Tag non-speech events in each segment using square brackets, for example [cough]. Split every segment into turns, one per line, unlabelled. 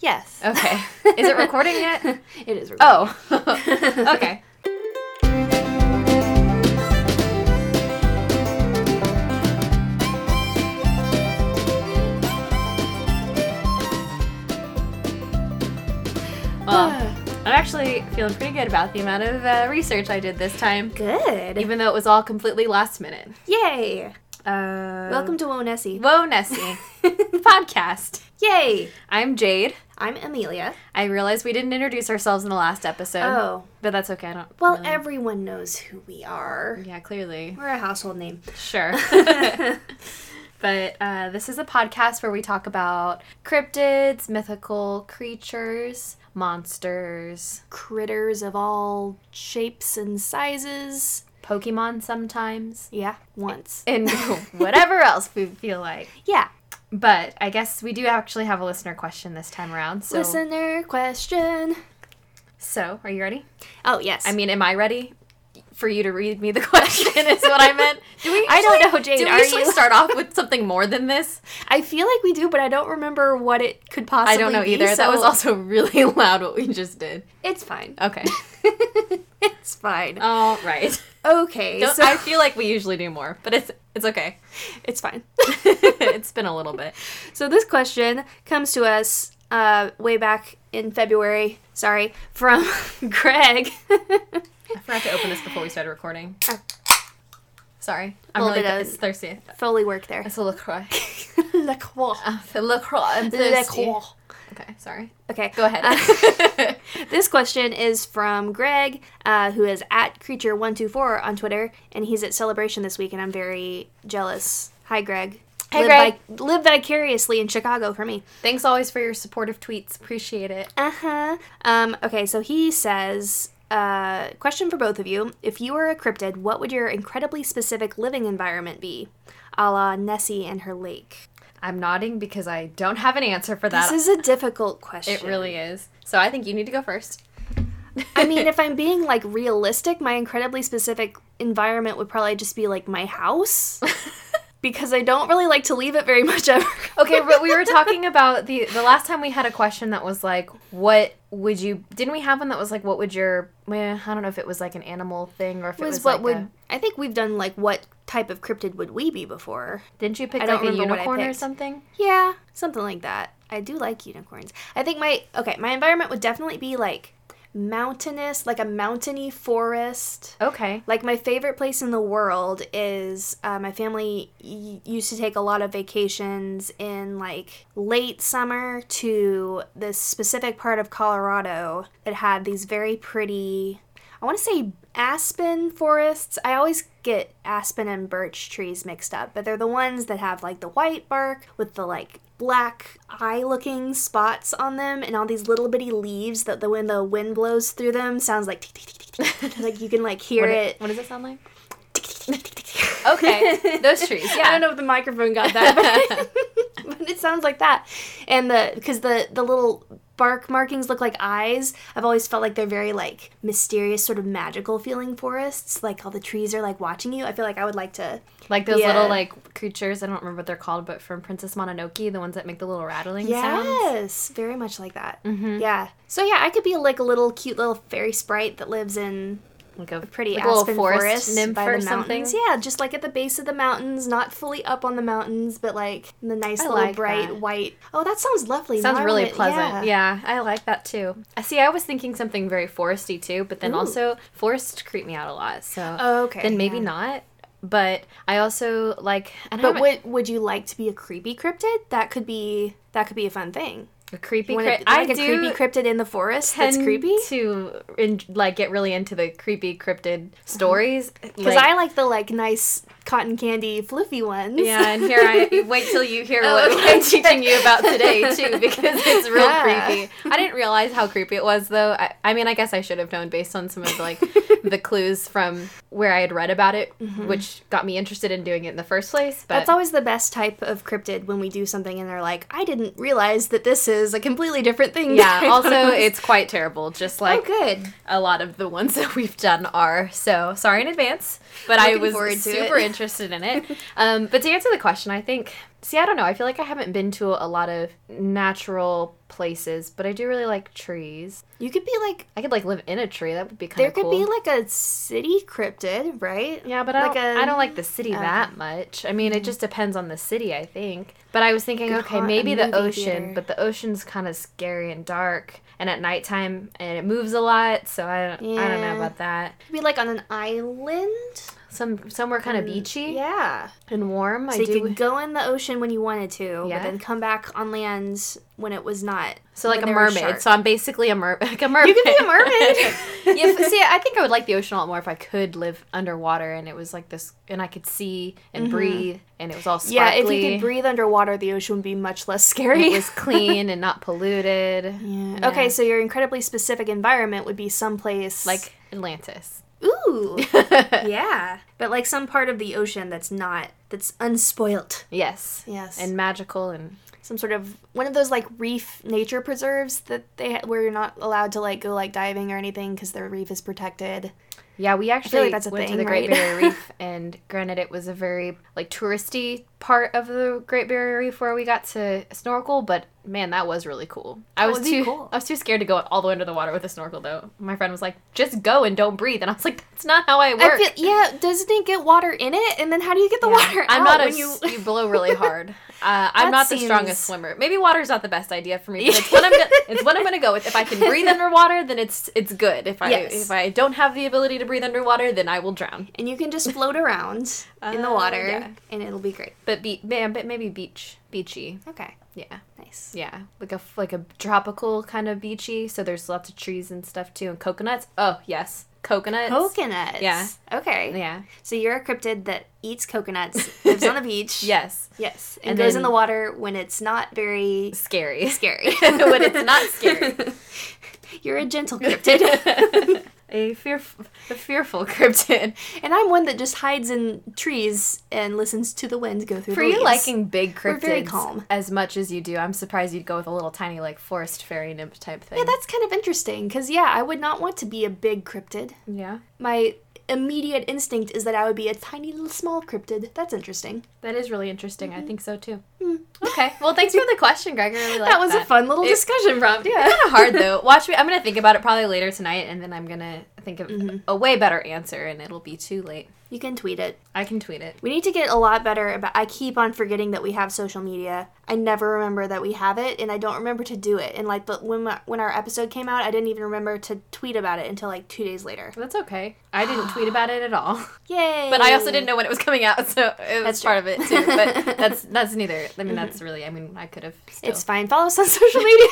Yes.
Okay. Is it recording yet?
[laughs] It is. Recording. [laughs]
Oh. [laughs] okay.
[sighs]
Well, I'm actually feeling pretty good about the amount of uh, research I did this time,
good.
even though it was all completely last minute.
Yay!
Uh,
Welcome to Wonessie.
Whoa, Nessie
[laughs]
podcast.
Yay!
I'm Jade.
I'm Amelia.
I realized we didn't introduce ourselves in the last episode,
Oh,
but that's okay. I don't.
well,
really-
everyone knows who we are.
yeah, clearly.
We're a household name.
[laughs] Sure. but uh, this is a podcast where we talk about cryptids, mythical creatures, monsters,
Critters of all shapes and sizes.
Pokemon sometimes,
Yeah, once.
[laughs] and whatever else we feel like.
Yeah.
But I guess we do actually have a listener question this time around. So,
Listener question.
so are you ready?
Oh yes.
I mean, am I ready? For you to read me the [laughs] question is what I meant. Do we?
I don't
usually-
know, Jade,
Do we
are
usually
you?
start off with something more than [laughs] this?
I feel like we do, but I don't remember what it could possibly.
I don't know
be,
either. That was
so-
also [laughs] really loud what we just did.
It's fine.
[laughs] Okay.
[laughs] it's fine.
All right.
Okay.
Don't-
so
I feel like we usually do more, but it's it's [laughs] okay.
it's fine. [laughs]
it's been a little bit.
So this question comes to us uh, way back in February. Sorry, from [laughs] Greg. [laughs]
I forgot to open this before we started recording.
Oh.
Sorry, Ah. I'm
Little
really
bit of-
th- thirsty.
Foley work there.
It's a Lacroix. Ah,
Lacroix.
A [laughs] Lacroix. I'm thirsty.
Lacroix.
Okay, sorry. Ah.
Okay.
Go ahead.
Uh,
[laughs]
this question is from Greg, uh, who is at creature124 on Twitter, and he's at Celebration this week, and I'm very jealous. Hi, Greg.
Hey,
live Greg. live vicariously in Chicago for me.
Thanks always for your supportive tweets. Appreciate it.
Uh huh. Um, okay, so he says, uh, question for both of you. If you were a cryptid, what would your incredibly specific living environment be? A la Nessie and her lake.
I'm nodding because I don't have an answer for that.
This is a difficult question.
it really is. So I think you need to go first. [laughs]
I mean, if I'm being like realistic, my incredibly specific environment would probably just be like my
[laughs]
house because I don't really like to leave it very much ever.
Okay,
[laughs]
but we were talking about the the last time we had a question that was like, what would you? Didn't we have one that was like, what would your? Well, I don't know if it was like an animal thing or if it was,
was what
like
would
a-
I think we've done like what type of cryptid would we be before?
didn't you pick
I
like
don't
a
remember what I
unicorn or
picked.
something?
Yeah, something like that. I do like unicorns. I think my okay, my environment would definitely be like mountainous, like a mountainy forest.
Okay.
Like my favorite place in the world is uh, my family y- used to take a lot of vacations in like late summer to this specific part of Colorado that had these very pretty. I want to say aspen forests. I always get aspen and birch trees mixed up, but they're the ones that have like the white bark with the like black eye looking spots on them and all these little bitty leaves that the when the wind blows through them sounds like [laughs] tick, tick, tick, tick, tick, tick. like you can like hear
What,
it.
it, what does it sound like?
Tick, tick, tick, tick, tick.
[laughs] Okay, those [laughs] trees.
[laughs]
Yeah.
I don't know if the microphone got that, but, [laughs] but it sounds like that. And the because the the little bark markings look like eyes. I've always felt like they're very like mysterious, sort of magical feeling forests. Like all the trees are like watching you. I feel like I would like to.
Like those
Yeah.
little like creatures. I don't remember what they're called, but from Princess Mononoke, the ones that make the little rattling sounds.
Yes, very much like that. Yeah. So yeah, I could be like a little cute little fairy sprite that lives in
Like a
pretty
like a
aspen
little forest, nymph
by
or
the
something.
mountains. Yeah, just like at the base of the mountains, not fully up on the mountains, but like in the nice
I
little
like
bright
that.
white. Oh, that sounds lovely.
Sounds
Now I
really
wanna-
pleasant. Yeah. I like that too. I see. I was thinking something very foresty too, but then also forests creep me out a lot. So
Oh, okay.
then maybe
yeah.
not. But I also like. I don't
But
know,
would would you like to be a creepy cryptid? That could be that could be a fun thing.
a creepy.
Wanna-
Cri-
like
I
a
do.
creepy cryptid in the forest that's
tend
creepy.
to in, like get really into the creepy cryptid stories
Because
like-
Uh-huh. I like the like nice cotton candy fluffy ones.
[laughs] Yeah, and here I wait till you hear
Oh,
what
okay.
I'm teaching you
[laughs]
about today too, because it's real
Yeah.
creepy. I didn't realize how creepy it was though. I, I mean, I guess I should have known based on some
[laughs]
of like the clues from where I had read about it, which got me interested in doing it in the first place. But
[laughs] Mm-hmm. That's always the best type of cryptid when we do something and they're like, I didn't realize that this is a completely different thing. that [laughs] I
yeah,
thought it
also
was."
it's quite terrible. Just
Oh,
like
good.
a lot of the ones [laughs] that we've done are. So sorry in advance, but I
Looking
was
forward to
super
it. [laughs]
interested in it. Um, but to answer the question, I think See, I don't know. I feel like I haven't been to a lot of natural places, but I do really like trees.
You could be like
I could like live in a tree. That would be kind
there
of
could
cool.
be like a city cryptid, right?
yeah, but
like
I don't,
a- um,
I don't like the city that much. I mean, it just depends on the city, I think. But I was thinking,
Could
okay,
haunt a
maybe the
movie
ocean,
theater.
but the ocean's kind of scary and dark, and at nighttime, and it moves a lot. So I don't, I don't
Yeah.
know about that.
Could be like on an island.
Some somewhere kind of beachy
Mm. Yeah.
and warm.
So
I
you
do.
could go in the ocean when you wanted to,
Yeah.
but then come back on land when it was not.
so like
when
a
there were
mermaid.
sharks.
So I'm basically a mer- [laughs] like a mermaid.
you could be a mermaid. [laughs]
[laughs] yeah, f- see, I think I would like the ocean a lot more if I could live underwater and it was like this, and I could see and breathe, and it was all sparkly.
Mm-hmm. yeah, if you could breathe underwater, the ocean would be much less
and
scary.
It
[laughs]
was clean and not polluted.
Yeah. Okay, so your incredibly specific environment would be someplace
Like Atlantis. [laughs]
ooh, yeah, but like some part of the ocean that's not that's unspoilt.
yes.
Yes,
And
and
magical and
some sort of one of those like reef nature preserves that they ha- where you're not allowed to like go like diving or anything because the reef is protected.
yeah, we actually
that's a
went to
thing,
the Great
right?
Barrier
[laughs]
Reef, and granted, it was a very like touristy part of the Great Barrier Reef where we got to snorkel. But man, that was really cool. I was
would be
too
cool.
I was too scared to go all the way under the water with a snorkel though. My friend was like, "Just go and don't breathe," and I was like, "That's not how I work."
I feel, yeah, doesn't it get water in it? And then how do you get the water out
I'm not a
when you?
s- you blow really hard. Uh, I'm
That
not the
seems-
strongest swimmer. Maybe water's not the best idea for me. But it's
[laughs]
what I'm gonna, it's what I'm going to go with. If I can breathe underwater, then it's it's good. If I
Yes.
if I don't have the ability to breathe underwater, then I will drown.
[laughs] And you can just float around in the
Uh,
water,
yeah.
and it'll be great.
But be man, but maybe beach beachy.
Okay,
Yeah.
nice.
Yeah, like a f- like a tropical kind of beachy. So there's lots of trees and stuff too, and coconuts. Oh yes, coconuts.
Coconuts.
Yeah.
Okay.
Yeah.
So you're a cryptid that eats coconuts, lives on the
[laughs]
beach.
Yes.
Yes. And,
And
goes in the
then-
water when it's not very
Scary.
[laughs]
[laughs]
scary.
When it's not scary.
[laughs] You're a gentle
[laughs]
cryptid.
a fearful a fearful cryptid.
and I'm one that just hides in trees and listens to the wind go through
For
the
you
leaves.
liking big
We're
cryptids
very calm.
as much as you do, I'm surprised you'd go with a little tiny like forest fairy nymph type thing.
Yeah, that's kind of interesting because, yeah, I would not want to be a big cryptid.
yeah,
My immediate instinct is that I would be a tiny little small cryptid. That's interesting.
that is really interesting. I think so too. Okay, well, thanks for the question, Greg. I really
Mm. [laughs]
like
that was a fun little
It-
discussion prompt. Yeah.
kind of
[laughs]
hard though. Watch me. I'm gonna think about it probably later tonight, and then I'm gonna think of
Mm-hmm.
a way better answer, and it'll be too late.
You can tweet it.
I can tweet it.
We need to get a lot better about I keep on forgetting that we have social media. I never remember that we have it and I don't remember to do it. And like but when my, when our episode came out, I didn't even remember to tweet about it until like 2 days later.
That's okay. I
[gasps]
didn't tweet about it at all, [laughs]
Yay.
but I also didn't know when it was coming out, so it
That's
was
true. Mm-hmm.
part of it too.
[laughs]
But that's that's neither. I mean, that's really. I mean, I could have. still.
It's fine. Follow us on [laughs] social
[laughs]
media.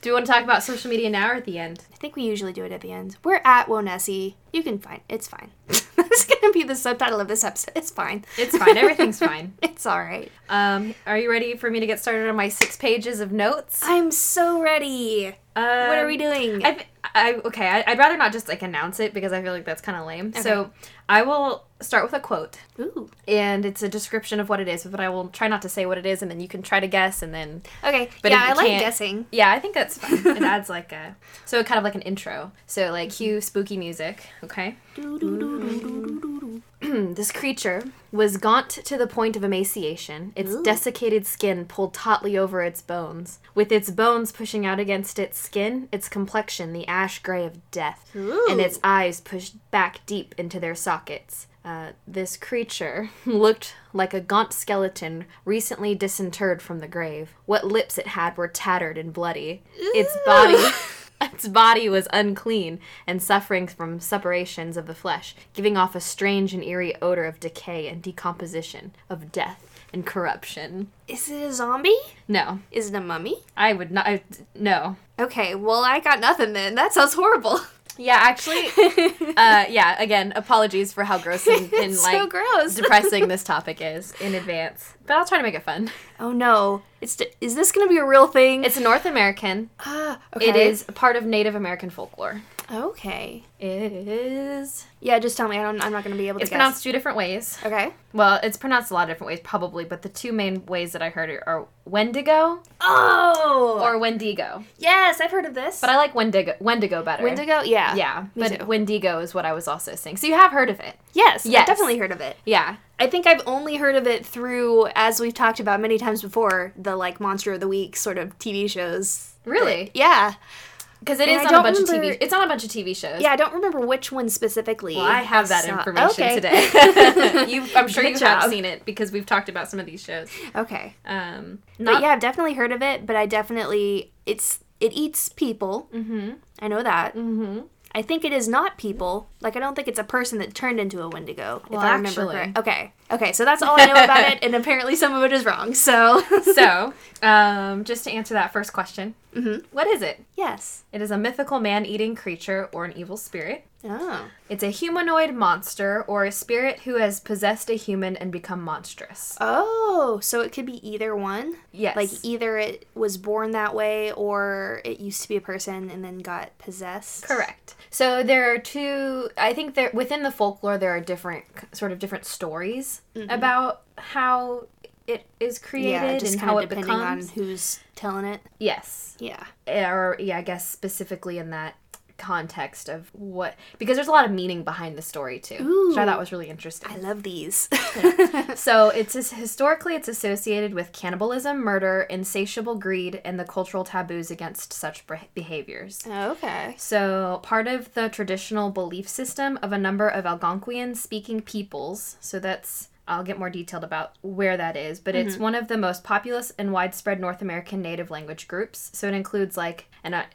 Do we want to talk about social media now or at the end?
I think we usually do it at the end. We're at Wonessie. You can find it's fine. [laughs] That's gonna be the subtitle of this episode. It's fine.
It's fine. Everything's fine.
[laughs] It's all right.
Um, are you ready for me to get started on my six pages of notes?
I'm so ready. what are we doing?
Um, I, th- I okay. I, I'd rather not just like announce it because I feel like that's kind of lame. So I will start with a quote,
Ooh.
and it's a description of what it is. But I will try not to say what it is, and then you can try to guess, and then
Okay.
But
yeah,
if
I
you
like
can't-
guessing.
Yeah, I think that's fun. it adds like a so kind of like an intro. So like cue spooky music, okay? Hmm, this creature was gaunt to the point of emaciation, its desiccated skin pulled tautly over its bones, with its bones pushing out against its skin, its complexion the ash gray of death, and its eyes pushed back deep into their sockets. Uh, this creature [laughs] looked like a gaunt skeleton recently disinterred from the grave. What lips it had were tattered and bloody. Its body its body was unclean and suffering from separations of the flesh, giving off a strange and eerie odor of decay and decomposition, of death and corruption.
Is it a zombie?
No,
Is it a mummy?
I would not. I, no.
Okay, well, I got nothing then. That sounds horrible. [laughs]
Yeah, [laughs] actually, uh, yeah. Again, apologies for how gross [laughs] and, and
It's so
like
gross.
[laughs] depressing this topic is in advance, but I'll try to make it fun.
Oh no. It's is this going to be a real thing?
It's North American.
ah,
It is part of Native American folklore.
Okay.
It is.
Yeah, just tell me. I don't, I'm not going to be able to
It's
guess.
pronounced two different ways.
okay.
Well, it's pronounced a lot of different ways, probably, but the two main ways that I heard it are Wendigo
Oh.
or Wendigo.
yes, I've heard of this.
But I like Wendigo, Wendigo better.
Wendigo. Yeah.
Yeah,
Me
but
too.
Wendigo is what I was also saying. So you have heard of it.
Yes,
Yes.
I've definitely heard of it.
Yeah.
I think I've only heard of it through, as we've talked about many times before, the like Monster of the Week sort of TV shows.
Really?
Yeah.
Because it
And I
is on a
don't
bunch of TV.
remember-
It's on a bunch of TV shows.
Yeah, I don't remember which one specifically.
Well, I have that
saw-
information
okay.
today. [laughs] you, I'm sure
Good
you
job.
have seen it because we've talked about some of these shows.
[laughs]
[laughs]
Okay.
Um,
But
not
yeah, I've definitely heard of it, but I definitely it's it eats people. Mm-hmm. I know that. Mm-hmm. I think it is not people. Like I don't think it's a person that turned into a Wendigo.
Well,
if I remember
actually-
correct. Okay. Okay. So that's all I know about it,
[laughs]
and apparently some of it is wrong. So [laughs]
so. Um, just to answer that first question, mm-hmm. is it?
yes.
It is a mythical man-eating creature or an evil spirit.
Oh.
It's a humanoid monster or a spirit who has possessed a human and become monstrous.
Oh, so it could be either one.
Yes.
Like either it was born that way or it used to be a person and then got possessed.
Correct. So there are two. I think there within the folklore there are different sort of different stories about how it is created
Mm-hmm. Yeah, just
and
kind
how
of
it
depending
becomes.
on who's telling it.
Yes,
Yeah.
or yeah, I guess specifically in that context of what because there's a lot of meaning behind the story too, which I
Ooh.
thought was really
I
interesting.
love these. [laughs]
so it's as- historically it's associated with cannibalism, murder, insatiable greed, and the cultural taboos against such beh- behaviors.
okay.
So, part of the traditional belief system of a number of Algonquian speaking peoples, so that's, I'll get more detailed about where that is, but it's
Mm-hmm.
one of the most populous and widespread North American native language groups. So, it includes like, and I,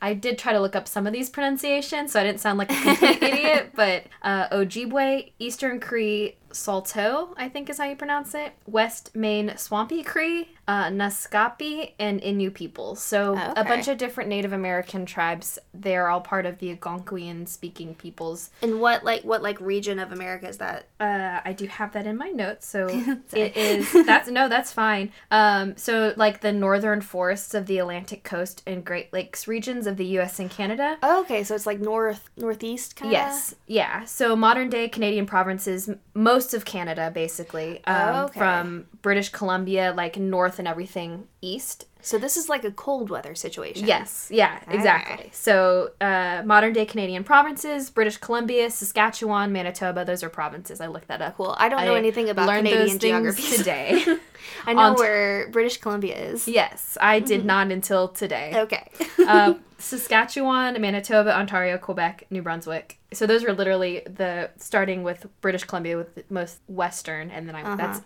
I did try to look up some of these pronunciations, so I didn't sound like
[laughs]
a complete idiot, but uh, Ojibwe, Eastern Cree, Salto, I think is how you pronounce it, West Main Swampy Cree, uh, Naskapi, and Innu people. So, a
Okay.
bunch of different Native American tribes. They're all part of the Algonquian speaking peoples.
And what like what like region of America is that?
Uh, I do have that in my
[laughs]
notes, so it is that's no, that's fine. Um, so like the northern forests of the Atlantic coast and Great Lakes regions of the U.S. and Canada.
Oh, okay, so it's like north northeast kind of.
Yes, yeah. So modern day Canadian provinces, m- most of Canada basically, um,
Oh, okay.
from British Columbia, like north and everything east.
So this is like a cold weather situation.
Yes, yeah, exactly.
right.
So uh, modern day Canadian provinces, British Columbia, Saskatchewan, Manitoba, those are provinces. I looked that up.
Cool. I don't know
I
anything about
learned
Canadian
those things
geography.
[laughs] today.
[laughs] I know
on t-
where British Columbia is.
yes, I did
Mm-hmm.
not until today. [laughs]
Okay.
uh, Saskatchewan, Manitoba, Ontario, Quebec, New Brunswick. So those are literally the starting with British Columbia with the most western, and then I, that's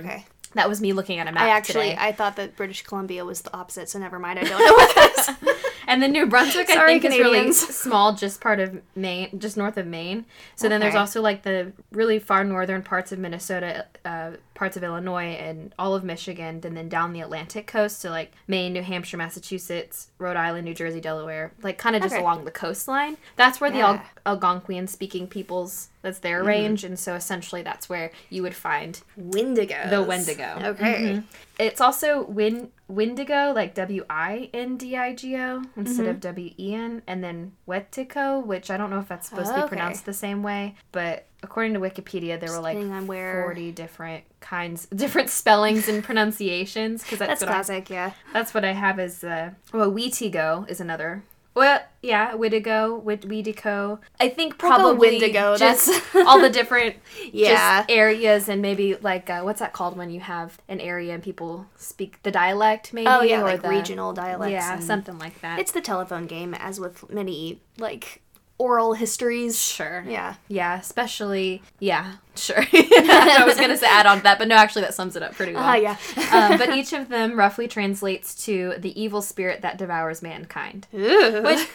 Uh-huh. Okay.
That was me looking at a map
I actually
today.
I thought that British Columbia was the opposite, so never mind. I don't know
[laughs]
what that is.
and then New Brunswick, I
Sorry,
think, is really
Canadians.
small, just part of Maine, just north of Maine. So then there's
Okay.
also like the really far northern parts of Minnesota, uh, parts of Illinois, and all of Michigan, and then down the Atlantic coast to like Maine, New Hampshire, Massachusetts, Rhode Island, New Jersey, Delaware, like kind of just
Okay.
along the coastline. That's where the
Yeah. Mm-hmm.
Al- Algonquian speaking peoples. That's their range, and so essentially that's where you would find
Wendigo.
The Wendigo.
Okay.
it's also win Windigo, like W I N D I G O instead of
Mm-hmm.
W E N, and then Wetico, which I don't know if that's supposed to be
Oh, Okay.
pronounced the same way, but according to Wikipedia, there were like
Depending on where-
forty different kinds, [laughs] different spellings and pronunciations. Because
That's
that's, what I-
classic, yeah.
that's what I have is uh, well, Wetigo is another. Well, yeah, Widigo, Wid- Wedico. I think
go
probably
Wendigo,
Just
that's-
[laughs] all
[laughs]
the different
Yeah.
just areas and maybe like uh, what's that called when you have an area and people speak the dialect maybe
Oh yeah,
or
like
the
regional dialects.
yeah
and-
something like that.
It's the telephone game, as with many like oral histories.
sure.
Yeah.
Yeah, especially yeah, [laughs]
[laughs]
sure. I was gonna say add on to that, but no, actually that sums it up pretty well.
Ah, yeah.
um,
[laughs]
but each of them roughly translates to the evil spirit that devours mankind. [laughs]
Which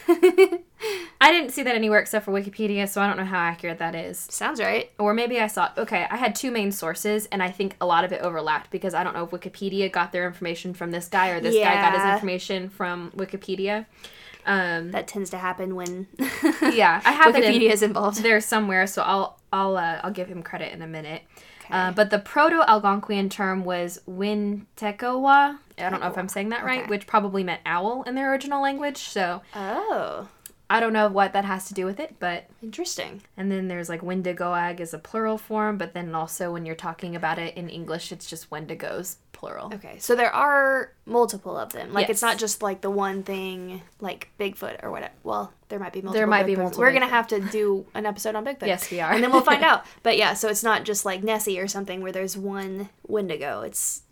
I didn't see that anywhere except for Wikipedia, so I don't know how accurate that is.
sounds right.
Or maybe I saw, okay, I had two main sources, and I think a lot of it overlapped because I don't know if Wikipedia got their information from this guy or this guy got his
Yeah.
information from Wikipedia. Um,
That tends to happen when [laughs]
yeah, I have it in-
Wikipedia is involved.
[laughs] there somewhere, so I'll I'll uh, I'll give him credit in a minute. Uh, but the Proto Algonquian term was Wintekowa. I don't know if I'm saying that right,
Okay.
which probably meant owl in their original language. So
Oh.
I don't know what that has to do with it, but
Interesting.
and then there's like Wendigoag is a plural form, but then also when you're talking about it in English, it's just Wendigos plural.
Okay, so there are multiple of them. Like it's
Yes.
not just like the one thing, like Bigfoot or whatever. Well, there might be multiple.
might be
Bigfoots.
multiple
We're gonna
Bigfoot.
have to do an episode on Bigfoot.
Yes, we are.
and then we'll
[laughs]
find out. But yeah, so it's not just like Nessie or something where there's one Wendigo. It's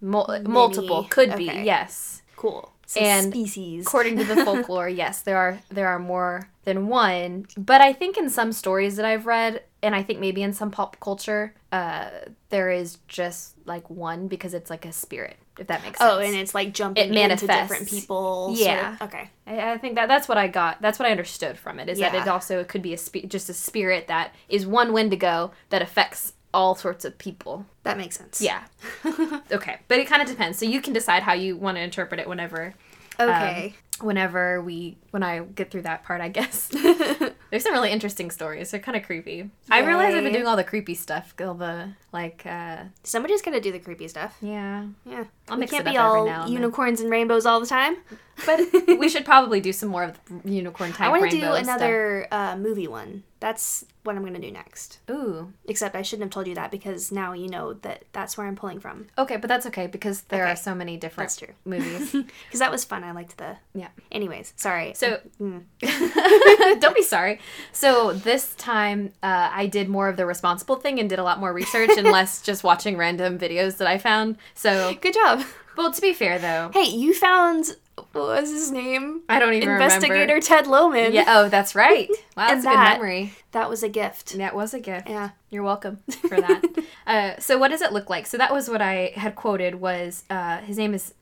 Mul- multiple could be
okay.
yes.
cool. It's a
And
species.
According to
[laughs]
the folklore, yes, there are there are more than one. But I think in some stories that I've read, and I think maybe in some pop culture, uh, there is just like one because it's like a spirit, if that makes sense.
oh, and it's like jumping
It
into different
manifests.
people. sort
Yeah.
of- okay.
I, I think that that's what I got. That's what I understood from it is that it
Yeah.
also it could be a spe- just a spirit that is one Wendigo that affects all sorts of people.
That makes sense.
Yeah. [laughs] okay, but it kind of depends. So you can decide how you want to interpret it whenever [laughs]
Okay.
whenever we when I get through that part, I guess. [laughs] There's some really interesting stories. They're kind of creepy. I realize I've been
Yay.
doing all the creepy stuff, all the like uh
Somebody's gonna do the creepy stuff.
yeah.
Yeah.
I'll
we
mix
can't
it
be
up every
all
now and then.
unicorns and rainbows all the time. [laughs]
But we should probably do some more of the unicorn type
I want to do
rainbow
another uh, movie one. That's what I'm going to do next.
stuff. Ooh.
Except I shouldn't have told you that because now you know that that's where I'm pulling from.
Okay, but that's okay because there
Okay.
are so many different
That's true. [laughs]
movies.
Because that was fun. I liked the.
yeah.
Anyways, sorry.
So
Mm.
[laughs] don't be sorry. So this time uh, I did more of the responsible thing and did a lot more research
[laughs]
and less just watching random videos that I found. So,
good job. [laughs]
well, to be fair though,
Hey, you found what was his name?
I don't even
Investigator
remember.
Ted Loman.
Yeah. Oh, that's right. Wow,
And
that's a good
that.
memory.
that was a gift.
That was a gift.
Yeah.
You're welcome
[laughs]
for that. uh, so, what does it look like? So that was what I had quoted. Was uh, his name is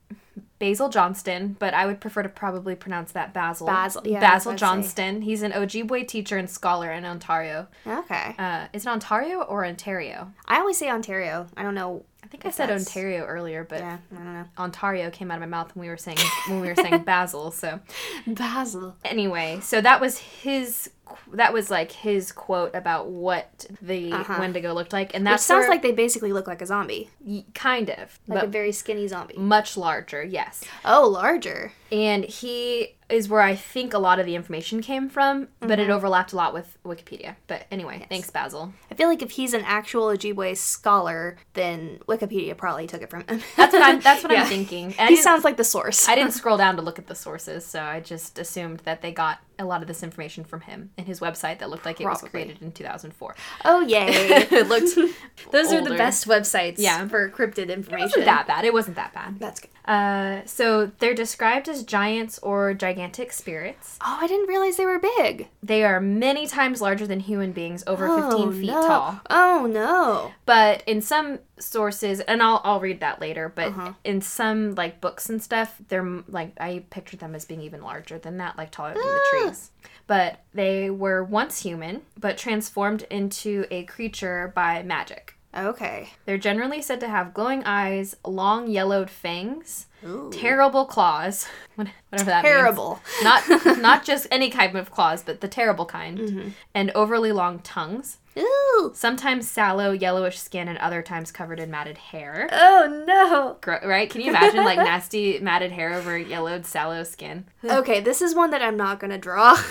Basil Johnston, but I would prefer to probably pronounce that Basil.
Basil, yeah,
Basil
I'd say.
Johnston. He's an Ojibwe teacher and scholar in Ontario.
Okay.
Uh, is it Ontario or Ontario?
I always say Ontario. I don't know.
I think I said
that's-
Ontario earlier, but
Yeah, I don't know.
Ontario came out of my mouth when we were saying when we
[laughs]
were saying Basil. So.
Basil.
anyway so that was his qu- that was like his quote about what the
Uh-huh.
wendigo looked like and
Which
that
sounds like they basically look like a zombie,
kind of
like a
but
very skinny zombie.
much larger yes
Oh, larger.
and he is where i think a lot of the information came from but
Mm-hmm.
it overlapped a lot with wikipedia but anyway thanks
[laughs]
basil
I feel like if he's an actual Ojibwe scholar, then Wikipedia probably took it from him.
that's what i'm that's what
Yeah.
i'm thinking And
[laughs]
I
he
didn't,
sounds like the source. [laughs]
I didn't scroll down to look at the sources so i just assumed that they got a lot of this information from him and his website that looked like it was
Probably.
created in 2004
oh yay!
[laughs] it looked
[laughs] Those are the
Older.
best websites
Yeah.
for cryptid information.
wasn't that bad it wasn't that bad
That's good.
Uh, so they're described as giants or gigantic spirits.
Oh, I didn't realize they were big.
They are many times larger than human beings, over
oh,
15 feet
no.
tall.
Oh no.
But in some sources, and I'll, I'll read that later, but
Uh-huh.
in some like books and stuff, they're m- like, I pictured them as being even larger than that, like taller than the
Ah.
trees. But they were once human, but transformed into a creature by magic.
Okay.
They're generally said to have glowing eyes, long yellowed fangs,
Ooh.
terrible claws, [laughs] what- whatever that means.
Terrible. [laughs]
not not just any kind of claws, but the terrible kind,
Mm-hmm.
and overly long tongues.
Ooh.
Sometimes sallow, yellowish skin, and other times covered in matted hair.
Oh no.
Gro- right? Can you
[laughs]
imagine like nasty matted hair over yellowed, sallow skin?
[sighs] Okay, this is one that I'm not gonna
[laughs]
draw.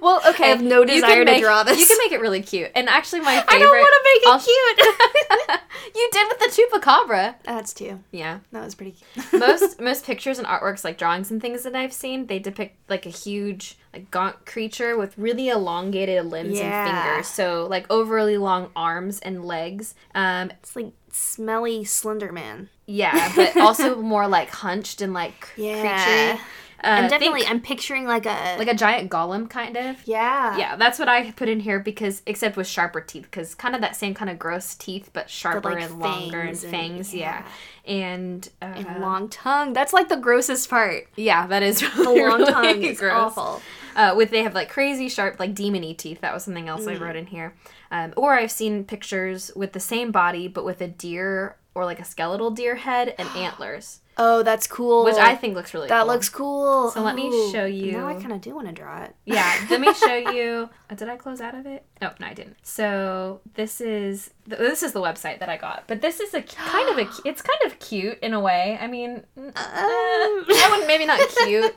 Well, okay,
I have no
you can
desire to
make-
draw this.
You can make it really cute, and actually, my favorite.
[laughs] I don't want to make it cute.
I'll- [laughs] you did with the chupacabra.
That's two.
Yeah.
That was pretty cute. [laughs]
most [laughs] most pictures and artworks like drawings and things that i've seen they depict like a huge like gaunt creature with really elongated limbs
Yeah.
and fingers so like overly long arms and legs um
It's like smelly Slender Man.
yeah
[laughs]
but also more like hunched and like cr-
Yeah.
creature uh,
I'm definitely. I'm picturing like a.
like a giant golem kind of
yeah.
yeah that's what i put in here because except with sharper teeth because kind of that same kind of gross teeth but sharper
like,
and longer and
fangs and-
fangs yeah, and, uh,
And long tongue. That's like the grossest
[laughs]
part.
yeah that is
The [laughs]
really,
long
[laughs]
tongue is
gross.
awful.
uh, with they have like crazy sharp like demony teeth that was something else
Mm.
i wrote in here um, or i've seen pictures with the same body but with a deer or like a skeletal deer head
[gasps]
and antlers
Oh, that's cool.
which i think looks really
that
cool.
looks cool.
So let me
Ooh,
show you-
Now I kind of do want to draw
[laughs]
it.
yeah let me show you uh, did i close out of it no no i didn't so this is th- this is the website that i got but this is a cu- kind [gasps] [laughs] of a cu- it's kind of cute in a way i mean uh, I wouldn't, maybe not cute
Um,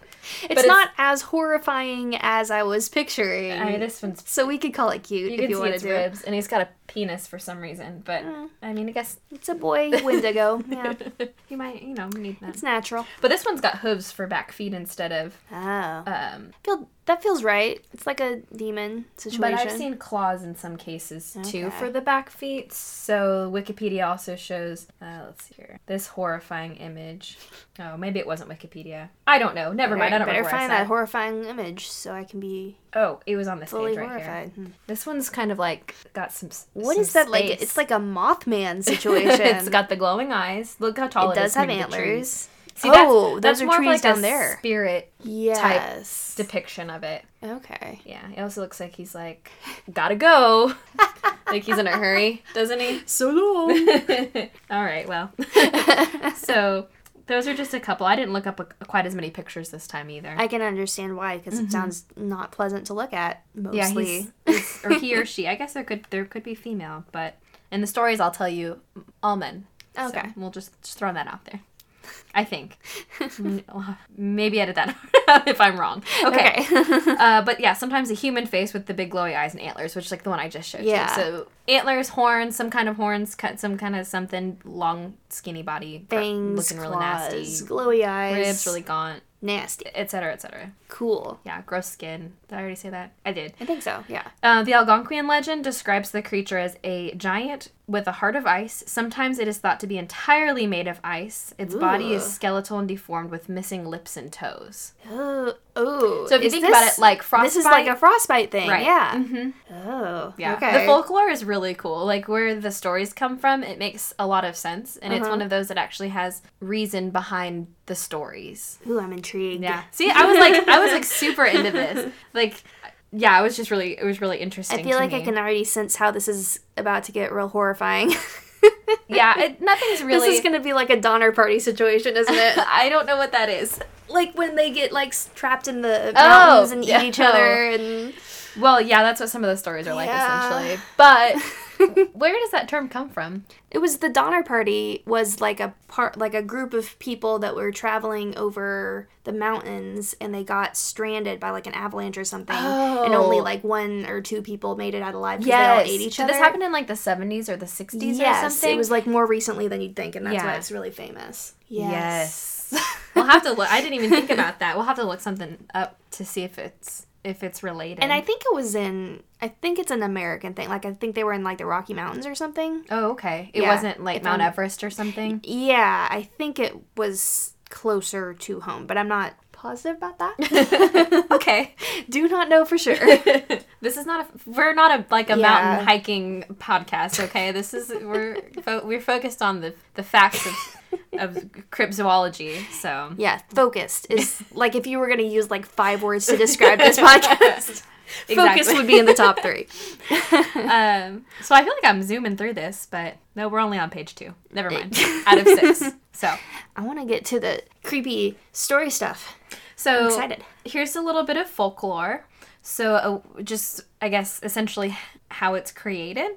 It's
it's-
not as horrifying as I was picturing.
I mean, this one's
so we could call it cute
you
if
can
you
see
want to
its
do.
ribs, Mm. and he's got a penis for some reason. But I mean, I guess
It's a
[laughs]
boy Wendigo. yeah,
you might you know need that.
it's natural.
But this one's got hooves for back feet instead of
Oh,
um.
feel that feels right. It's like a demon situation.
But I've seen claws in some cases too
Okay.
for the back feet. So Wikipedia also shows. Uh, let's see here. This horrifying image. Oh, maybe it wasn't Wikipedia. I don't know. Never mind. I don't
better
remember. where I
find
saw
that
it.
horrifying image so I can be
Oh, it was on this
fully
page right here.
horrified. Hmm.
This one's kind of like got some.
What is that like?
[laughs]
It's like a Mothman situation.
it's got the glowing eyes. Look how tall
it
it,
does
is
have
compared to the trees.
antlers.
See, that's-
Oh, those
that's
are
more of
trees
like
down
a
there.
Spirit
Yes.
depiction of it.
okay.
Yeah. It also looks like he's like
[laughs]
gotta go. like he's in a hurry, doesn't he?
So long.
[laughs] All
[laughs]
right. Well. so those are just a couple. I didn't look up a, quite as many pictures this time either.
I can understand why because it sounds not pleasant to look at mostly.
Mm-hmm. yeah,
[laughs]
he's, he's- or he or she. I guess there could there could be female, but in the stories I'll tell you all men. So
Okay.
we'll just, just throw that out there.
[laughs]
I think. Mm, well, Maybe edit that [laughs] out if I'm wrong. Okay. uh, but yeah, sometimes a human face with the big glowy eyes and antlers, which is like the one I just showed
Yeah.
you. So antlers, horns, some kind of horns, cut some kind of something, long, skinny body,
[laughs]
gr-
Fangs,
looking
claws,
really nasty,
glowy eyes,
ribs really gaunt,
nasty.
etc., cetera, etc. Cetera.
Cool.
Yeah, gross skin. Did I already say that? I did.
I think so. Yeah.
Uh, the Algonquian legend describes the creature as a giant with a heart of ice. Sometimes it is thought to be entirely made of ice. Its body is
Ooh.
skeletal and deformed with missing lips and toes.
Oh, oh.
So if you
is
think about it, like
this is like
frostbite-
a frostbite thing.
Right. Mm-hmm.
Yeah. Oh.
Yeah.
Okay.
The folklore is really cool. Like where the stories come from, it makes a lot of sense. And it's one of those that actually has reason behind the stories.
Ooh, I'm intrigued.
Yeah. See, I was like I was [laughs] like super into this. Like yeah, I was just really it was really interesting.
I feel
to
like I
me.
can already sense how this is about to get real horrifying. [laughs]
Yeah, it, [laughs] nothing's really
This is gonna be like a Donner Party situation, isn't it?
I don't know what that is.
[laughs] like when they get like s- trapped in the
Oh,
mountains and
yeah.
eat each other [laughs] and
Well, yeah, that's what some of those stories are like,
Yeah.
[laughs] essentially. But where does that term come from?
it was the Donner Party was like a part like a group of people that were traveling over the mountains and they got stranded by like an avalanche or something and only
Oh.
like one or two people made it out alive because they all ate each
Did
other.
this happen in like the 70s or the 60s or
Yes,
something?
it was like more recently than you'd think, and that's why
Yeah.
it's really famous.
Yes. [laughs] we'll have to look. I didn't even think about that. We'll have to look something up to see if it's if it's related.
and I think it was in. I think it's an American thing. Like I think they were in like the Rocky Mountains or something.
oh, okay. It
Yeah,
wasn't like
if
Mount
I'm-
Everest
[laughs]
or something.
Yeah, I think it was closer to home, but I'm not positive about [laughs] that.
okay.
Do not know for sure.
[laughs] this is not a we're not a like a
Yeah.
mountain hiking podcast okay this is we're fo- we're focused on the the facts of of cryptozoology so
Yeah, focused is like if you were going to use like five words to describe [laughs] this podcast, focus
Exactly.
would be in the top three.
um so i feel like i'm zooming through this but no we're only on page two never mind
[laughs]
out of six so
[laughs] I want to get to the creepy story stuff.
so
excited.
here's a little bit of folklore so uh, just i guess essentially how it's created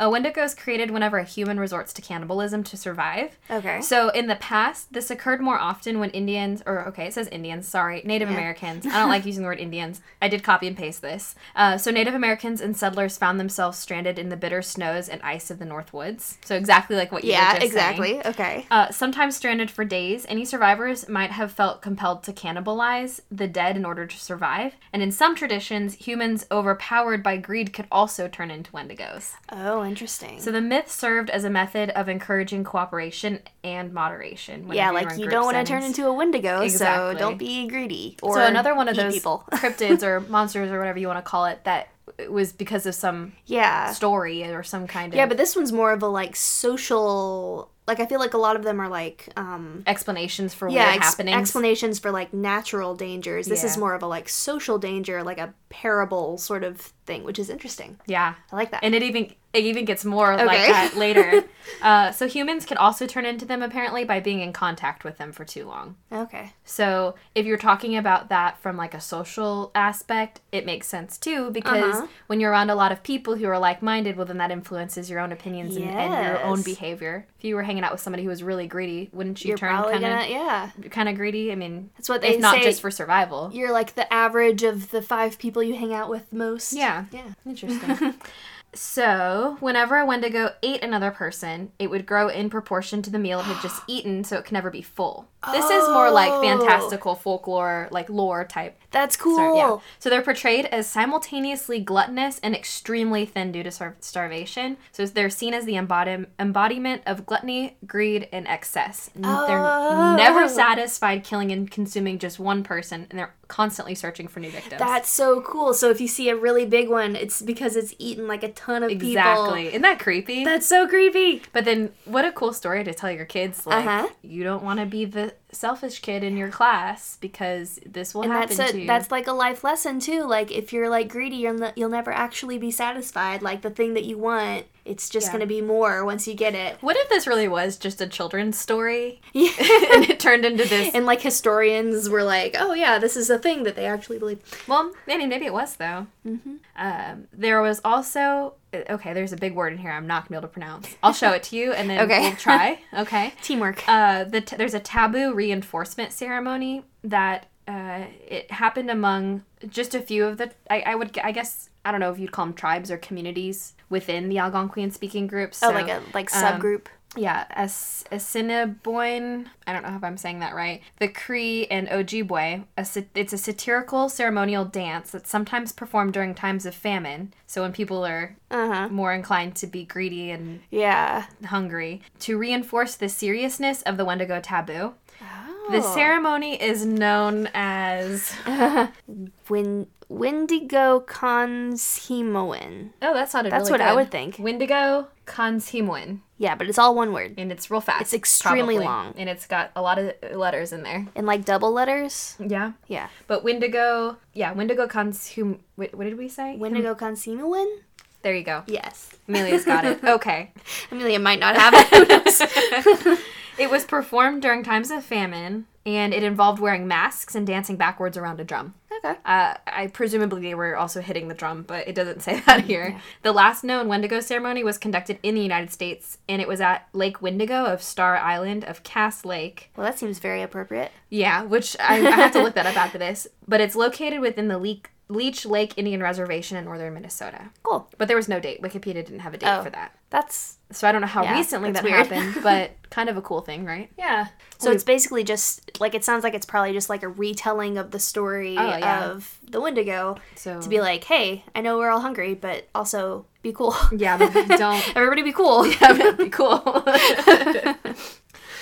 a wendigo is created whenever a human resorts to cannibalism to survive
Okay.
So in the past, this occurred more often when Indians, or okay, it says Indians, sorry, Native Americans.
[laughs]
I don't like using the word Indians. I did copy and paste this. Uh, so Native Americans and settlers found themselves stranded in the bitter snows and ice of the North Woods. So exactly like what you were
yeah,
just
exactly.
saying.
Okay.
Uh, sometimes stranded for days, any survivors might have felt compelled to cannibalize the dead in order to survive. And in some traditions, humans overpowered by greed could also turn into Wendigos.
Oh, interesting.
So the myth served as a method of encouraging cooperation and moderation. whenever
yeah,
were
like
in
you
group
don't want to turn
settings.
into a Wendigo,
Exactly.
so don't be greedy. Or
so another one of
eat
those
people. [laughs]
cryptids or monsters or whatever you want to call it that it was because of some
yeah.
story or some kind of
Yeah, but this one's more of a like social. Like I feel like a lot of them are like um
explanations for
yeah
weird
ex-
happenings.
explanations for like natural dangers. This is
Yeah.
more of a like social danger, like a parable sort of thing, which is interesting.
yeah,
I like that.
and it even It even gets more like
Okay. [laughs]
that later. uh, so humans could also turn into them apparently by being in contact with them for too long.
Okay.
So if you're talking about that from like a social aspect, it makes sense too because
Uh-huh.
when you're around a lot of people who are like-minded, well then that influences your own opinions and, and your own
Yes.
behavior. If you were hanging out with somebody who was really greedy, wouldn't you
You're
turn
probably
kind of
gonna yeah.
kind of greedy? I mean,
That's what they
if not
say.
just for survival.
you're like the average of the five people you hang out with most.
Yeah.
Yeah.
Interesting. so, whenever a wendigo ate another person, it would grow in proportion to the meal it
[gasps]
had just eaten, so it can never be full. This is more like
Oh.
fantastical folklore, like lore type.
That's cool.
Sorry, yeah. So they're portrayed as simultaneously gluttonous and extremely thin due to sar- starvation. So they're seen as the embodim- embodiment of gluttony, greed, and excess. N-
Oh.
They're never satisfied killing and consuming just one person, and they're constantly searching for new victims.
That's so cool. So if you see a really big one, it's because it's eaten like a ton of people.
exactly. Isn't that creepy?
That's so creepy.
But then, what a cool story to tell your kids! Like,
Uh-huh.
you don't want to be the selfish kid in your class because this will
And
happen
that's
to
a,
you.
that's like a life lesson too. Like if you're like greedy, you'll, ne- you'll never actually be satisfied. Like the thing that you want, it's just
Yeah.
gonna be more once you get [laughs] it.
what if this really was just a
[laughs]
children's story [laughs]
Yeah.
and it turned into
[laughs]
this?
and like historians were like, oh yeah, this is a thing that they actually believe.
well, I mean, maybe it was though.
Mm-hmm.
Um, there was also uh, okay. There's a big word in here I'm not gonna be able to pronounce. I'll show it to you and
[laughs]
then
Okay.
we'll try.
[laughs]
Okay.
Teamwork.
uh, the t- there's a taboo reinforcement ceremony that uh, it happened among just a few of the I, I would I guess I don't know if you'd call them tribes or communities within the Algonquian speaking groups.
oh,
So,
like a like
um,
subgroup.
yeah, As- Assiniboine. I don't know if I'm saying that right. The Cree and Ojibwe. A sa- it's a satirical ceremonial dance that's sometimes performed during times of famine. So when people are
Uh huh.
more inclined to be greedy and
Yeah.
hungry, to reinforce the seriousness of the Wendigo taboo. The
Oh.
ceremony is known as.
Win- Windigo Konshimoan.
[laughs] Oh, that sounded.
That's what
really
I
good.
would think.
Wendigo Konshimwin,
Yeah, but it's all one word
and it's real fast.
It's extremely
probably.
long.
and it's got a lot of letters in there.
and like double letters.
Yeah,
Yeah.
but Wendigo, yeah, Wendigo Konshim. What, what did we say?
Windigo Konshimoan.
There you go.
Yes.
Amelia's got [laughs] it. Okay.
Amelia might not have it. Who knows?
It was performed during times of famine, and it involved wearing masks and dancing backwards around a drum.
[laughs] okay.
Uh, I presumably they were also hitting the drum, but it doesn't say [laughs]
Mm,
that here. The last known Wendigo ceremony was conducted in the United States, and it was at Lake Wendigo of Star Island of Cass Lake.
Well, that seems very appropriate.
Yeah, which I, I have to look that up after this, but it's located within the Leak, Leech Lake Indian Reservation in northern Minnesota.
Cool.
But there was no date. Wikipedia didn't have a date
Oh.
for that.
That's
So I don't know how
Yeah,
recently
that's
that
weird. [laughs]
happened, but kind of a cool thing, right?
yeah. So it's basically just like it sounds like it's probably just like a retelling of the story
Oh, yeah.
of the Wendigo
So
to be like, hey, I know we're all hungry, but also be cool.
[laughs] yeah, but
[laughs]
don't
Everybody be cool.
that
[laughs]
would be cool.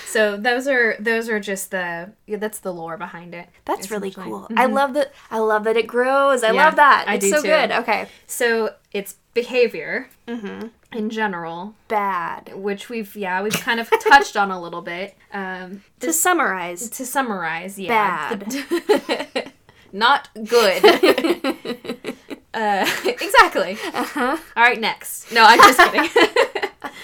so those are those are just the yeah, that's the lore behind it.
That's really
essentially.
cool. I love that. I love that it grows. I
Mm-hmm. Yeah,
love that.
I
It's
do
so
too.
good. Okay.
So it's behavior in general,
Bad.
which we've yeah we've kind of touched on a little bit. Um,
To summarize,
to summarize, yeah, bad, [laughs] not good. uh, [laughs] exactly. All right, next. No, I'm just kidding.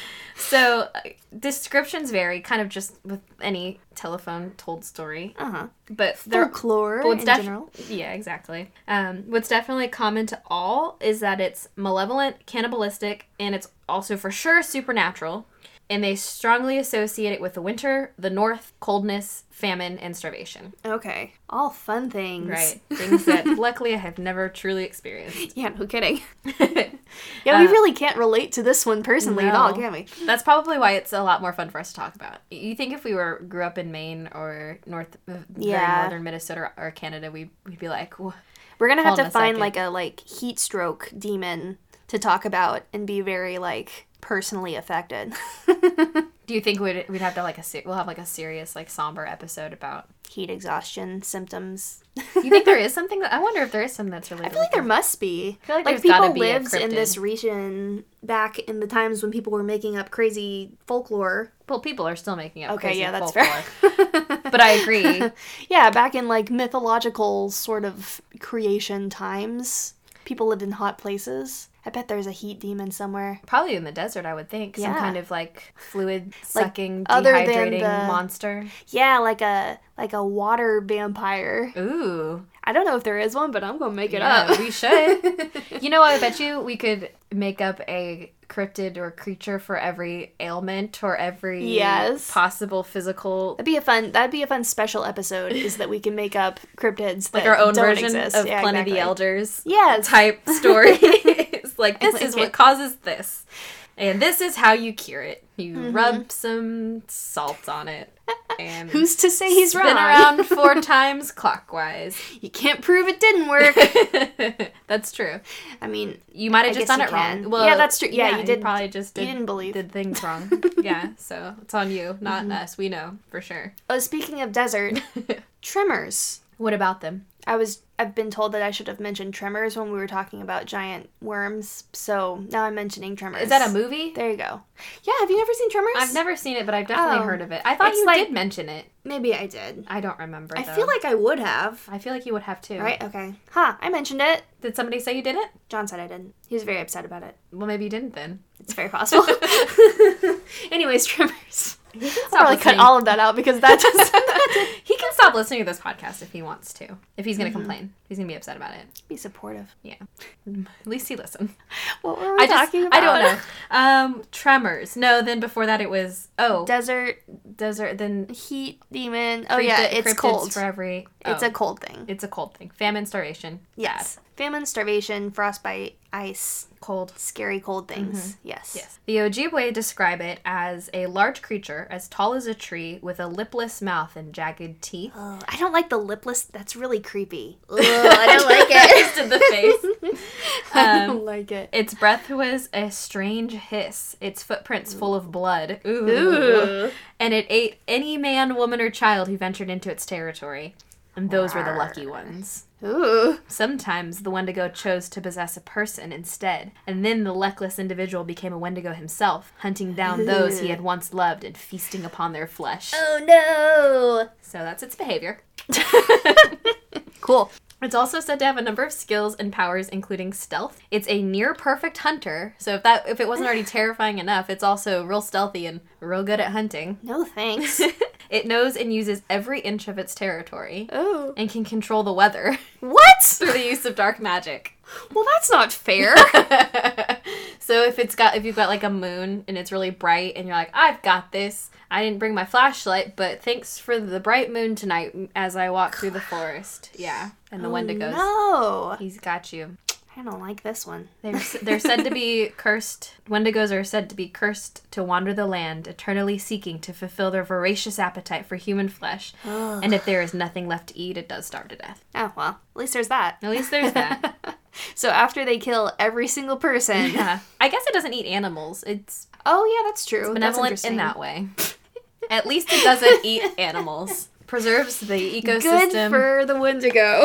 [laughs] so uh, descriptions vary, kind of just with any telephone told story,
uh huh.
but they're
Folklore
well,
in
it's def-
general.
Yeah, exactly. Um, what's definitely common to all is that it's malevolent, cannibalistic, and it's also for sure supernatural. And they strongly associate it with the winter, the north, coldness, famine, and starvation.
Okay. All fun things.
Right. Things that luckily I have never truly experienced.
[laughs] Yeah. No
[laughs]
kidding. Yeah, we really can't relate to this one personally at all,
Uh, no.
can we?
That's probably why it's a lot more fun for us to talk about. You think if we were grew up in Maine or north, uh, very
Yeah.
northern Minnesota or Canada, we we'd be like, "Wha-
We're gonna have
Hold on
to
a
find
second.
like a like heat stroke demon to talk about and be very like personally affected. [laughs]
do you think we'd we'd have to like a se- we'll have like a serious like somber episode about
heat exhaustion symptoms.
You think there is something? That, I wonder if there is something that's related.
I feel like there must be.
feel like
like
there's
people
gotta be a
lived in
cryptid.
this region back in the times when people were making up crazy folklore.
well, people are still making up.
Okay,
crazy
yeah, that's
folklore.
[laughs] fair.
but I agree.
yeah, back in like mythological sort of creation times. people lived in hot places. I bet there's a heat demon somewhere.
Probably in the desert, I would think. Some
Yeah.
kind of like fluid sucking,
other than
dehydrating
the-
monster.
Yeah, like a like a water vampire.
Ooh.
I don't know if there is one, but I'm gonna make it
Yeah,
up.
we should. [laughs] You know, I bet you we could make up a cryptid or creature for every ailment or every
Yes.
possible physical
That'd be a fun. That'd be a fun special episode. Is that we can make up cryptids
like
that
our own
don't
version
exist.
of
Yeah,
Plenty
exactly.
the Elders
Yes. [laughs]
type stories. like this is
Okay.
what causes this. And this is how you cure it. You
Mm-hmm.
rub some salt
[laughs]
on it. And
Who's to say he's
spin
wrong?
around four times clockwise.
[laughs] You can't prove it didn't
[laughs]
work.
That's true.
I mean,
You might have
I
just
guess
done
you
it
can.
wrong. Well,
Yeah, that's true. Yeah, you did-
probably just did,
you didn't believe. Mm-hmm.
did
[laughs]
things wrong. yeah, so it's on you, not us. We know for sure. [laughs]
oh, speaking of desert, tremors.
What about them?
I was I've been told that I should have mentioned Tremors when we were talking about giant worms, so now I'm mentioning Tremors.
Is that a movie?
There you go. Yeah, have you never seen Tremors?
I've never seen it, but I've definitely
Oh.
heard of it. I thought
It's
you
like-
did mention it.
Maybe I did.
I don't remember.
I feel like I would have.
I feel like you would have too.
Right? Okay. Huh, I mentioned it.
Did somebody say you did it?
John said I didn't. He was very upset about it.
Well, maybe you
[laughs]
didn't then.
It's very possible. Anyways, Tremors.
Stop
I'll probably
listening.
cut all of that out because that [laughs] just
he can stop listening to this podcast if he wants to. If he's gonna
Mm-hmm.
complain, he's gonna be upset about it.
be supportive.
Yeah. At least he listened.
What were we
I just,
talking
I
about?
don't know. Um, Tremors. No, then before that it was oh
Desert
desert. Then
heat demon. Oh
cryptid-
yeah, it's
cryptids
cold.
for every.
It's
oh,
a cold thing.
it's a cold thing. Famine, starvation.
Yes. Famine, starvation, frostbite, ice,
bad, cold.
scary cold things. Mm-hmm. Yes.
Yes. The Ojibwe describe it as a large creature as tall as a tree with a lipless mouth and jagged teeth.
Ugh, I don't like the lipless. That's really creepy. Ugh, I [laughs] don't like it.
Just in the face.
I [laughs] don't like it.
Its breath was a strange hiss. Its footprints full of blood. Ooh.
Ooh.
And it ate any man, woman, or child who ventured into its territory. And those were the lucky ones.
Ooh.
Sometimes the Wendigo chose to possess a person instead, and then the luckless individual became a Wendigo himself, hunting down those he had once loved and feasting upon their flesh.
Oh
So that's its behavior.
no. Cool.
It's also said to have a number of skills and powers, including stealth. It's a near perfect hunter, so if that if it wasn't already terrifying enough, it's also real stealthy and real good at hunting.
No [laughs] thanks.
it knows and uses every inch of its territory,
oh.
and can control the weather [laughs]
What?
through the use of dark magic.
Well, that's not [laughs] fair.
so if it's got if you've got like a moon and it's really bright and you're like I've got this. I didn't bring my flashlight, but thanks for the bright moon tonight as I walk through the forest. Yeah, and the Wendigos.
no.
He's got you.
I don't like this one.
They're, s- they're said
[laughs]
to be cursed. Wendigos are said to be cursed to wander the land, eternally seeking to fulfill their voracious appetite for human flesh. And if there is nothing left to eat, it does starve to death.
Oh well. At least there's that.
At least
[laughs]
there's that.
So after they kill every single person.
yeah. I guess it doesn't eat animals. It's
Oh yeah, that's true. That's
benevolent in
interesting.
that way. At least it
[laughs]
doesn't eat animals. Preserves the ecosystem.
Good for the Wendigo.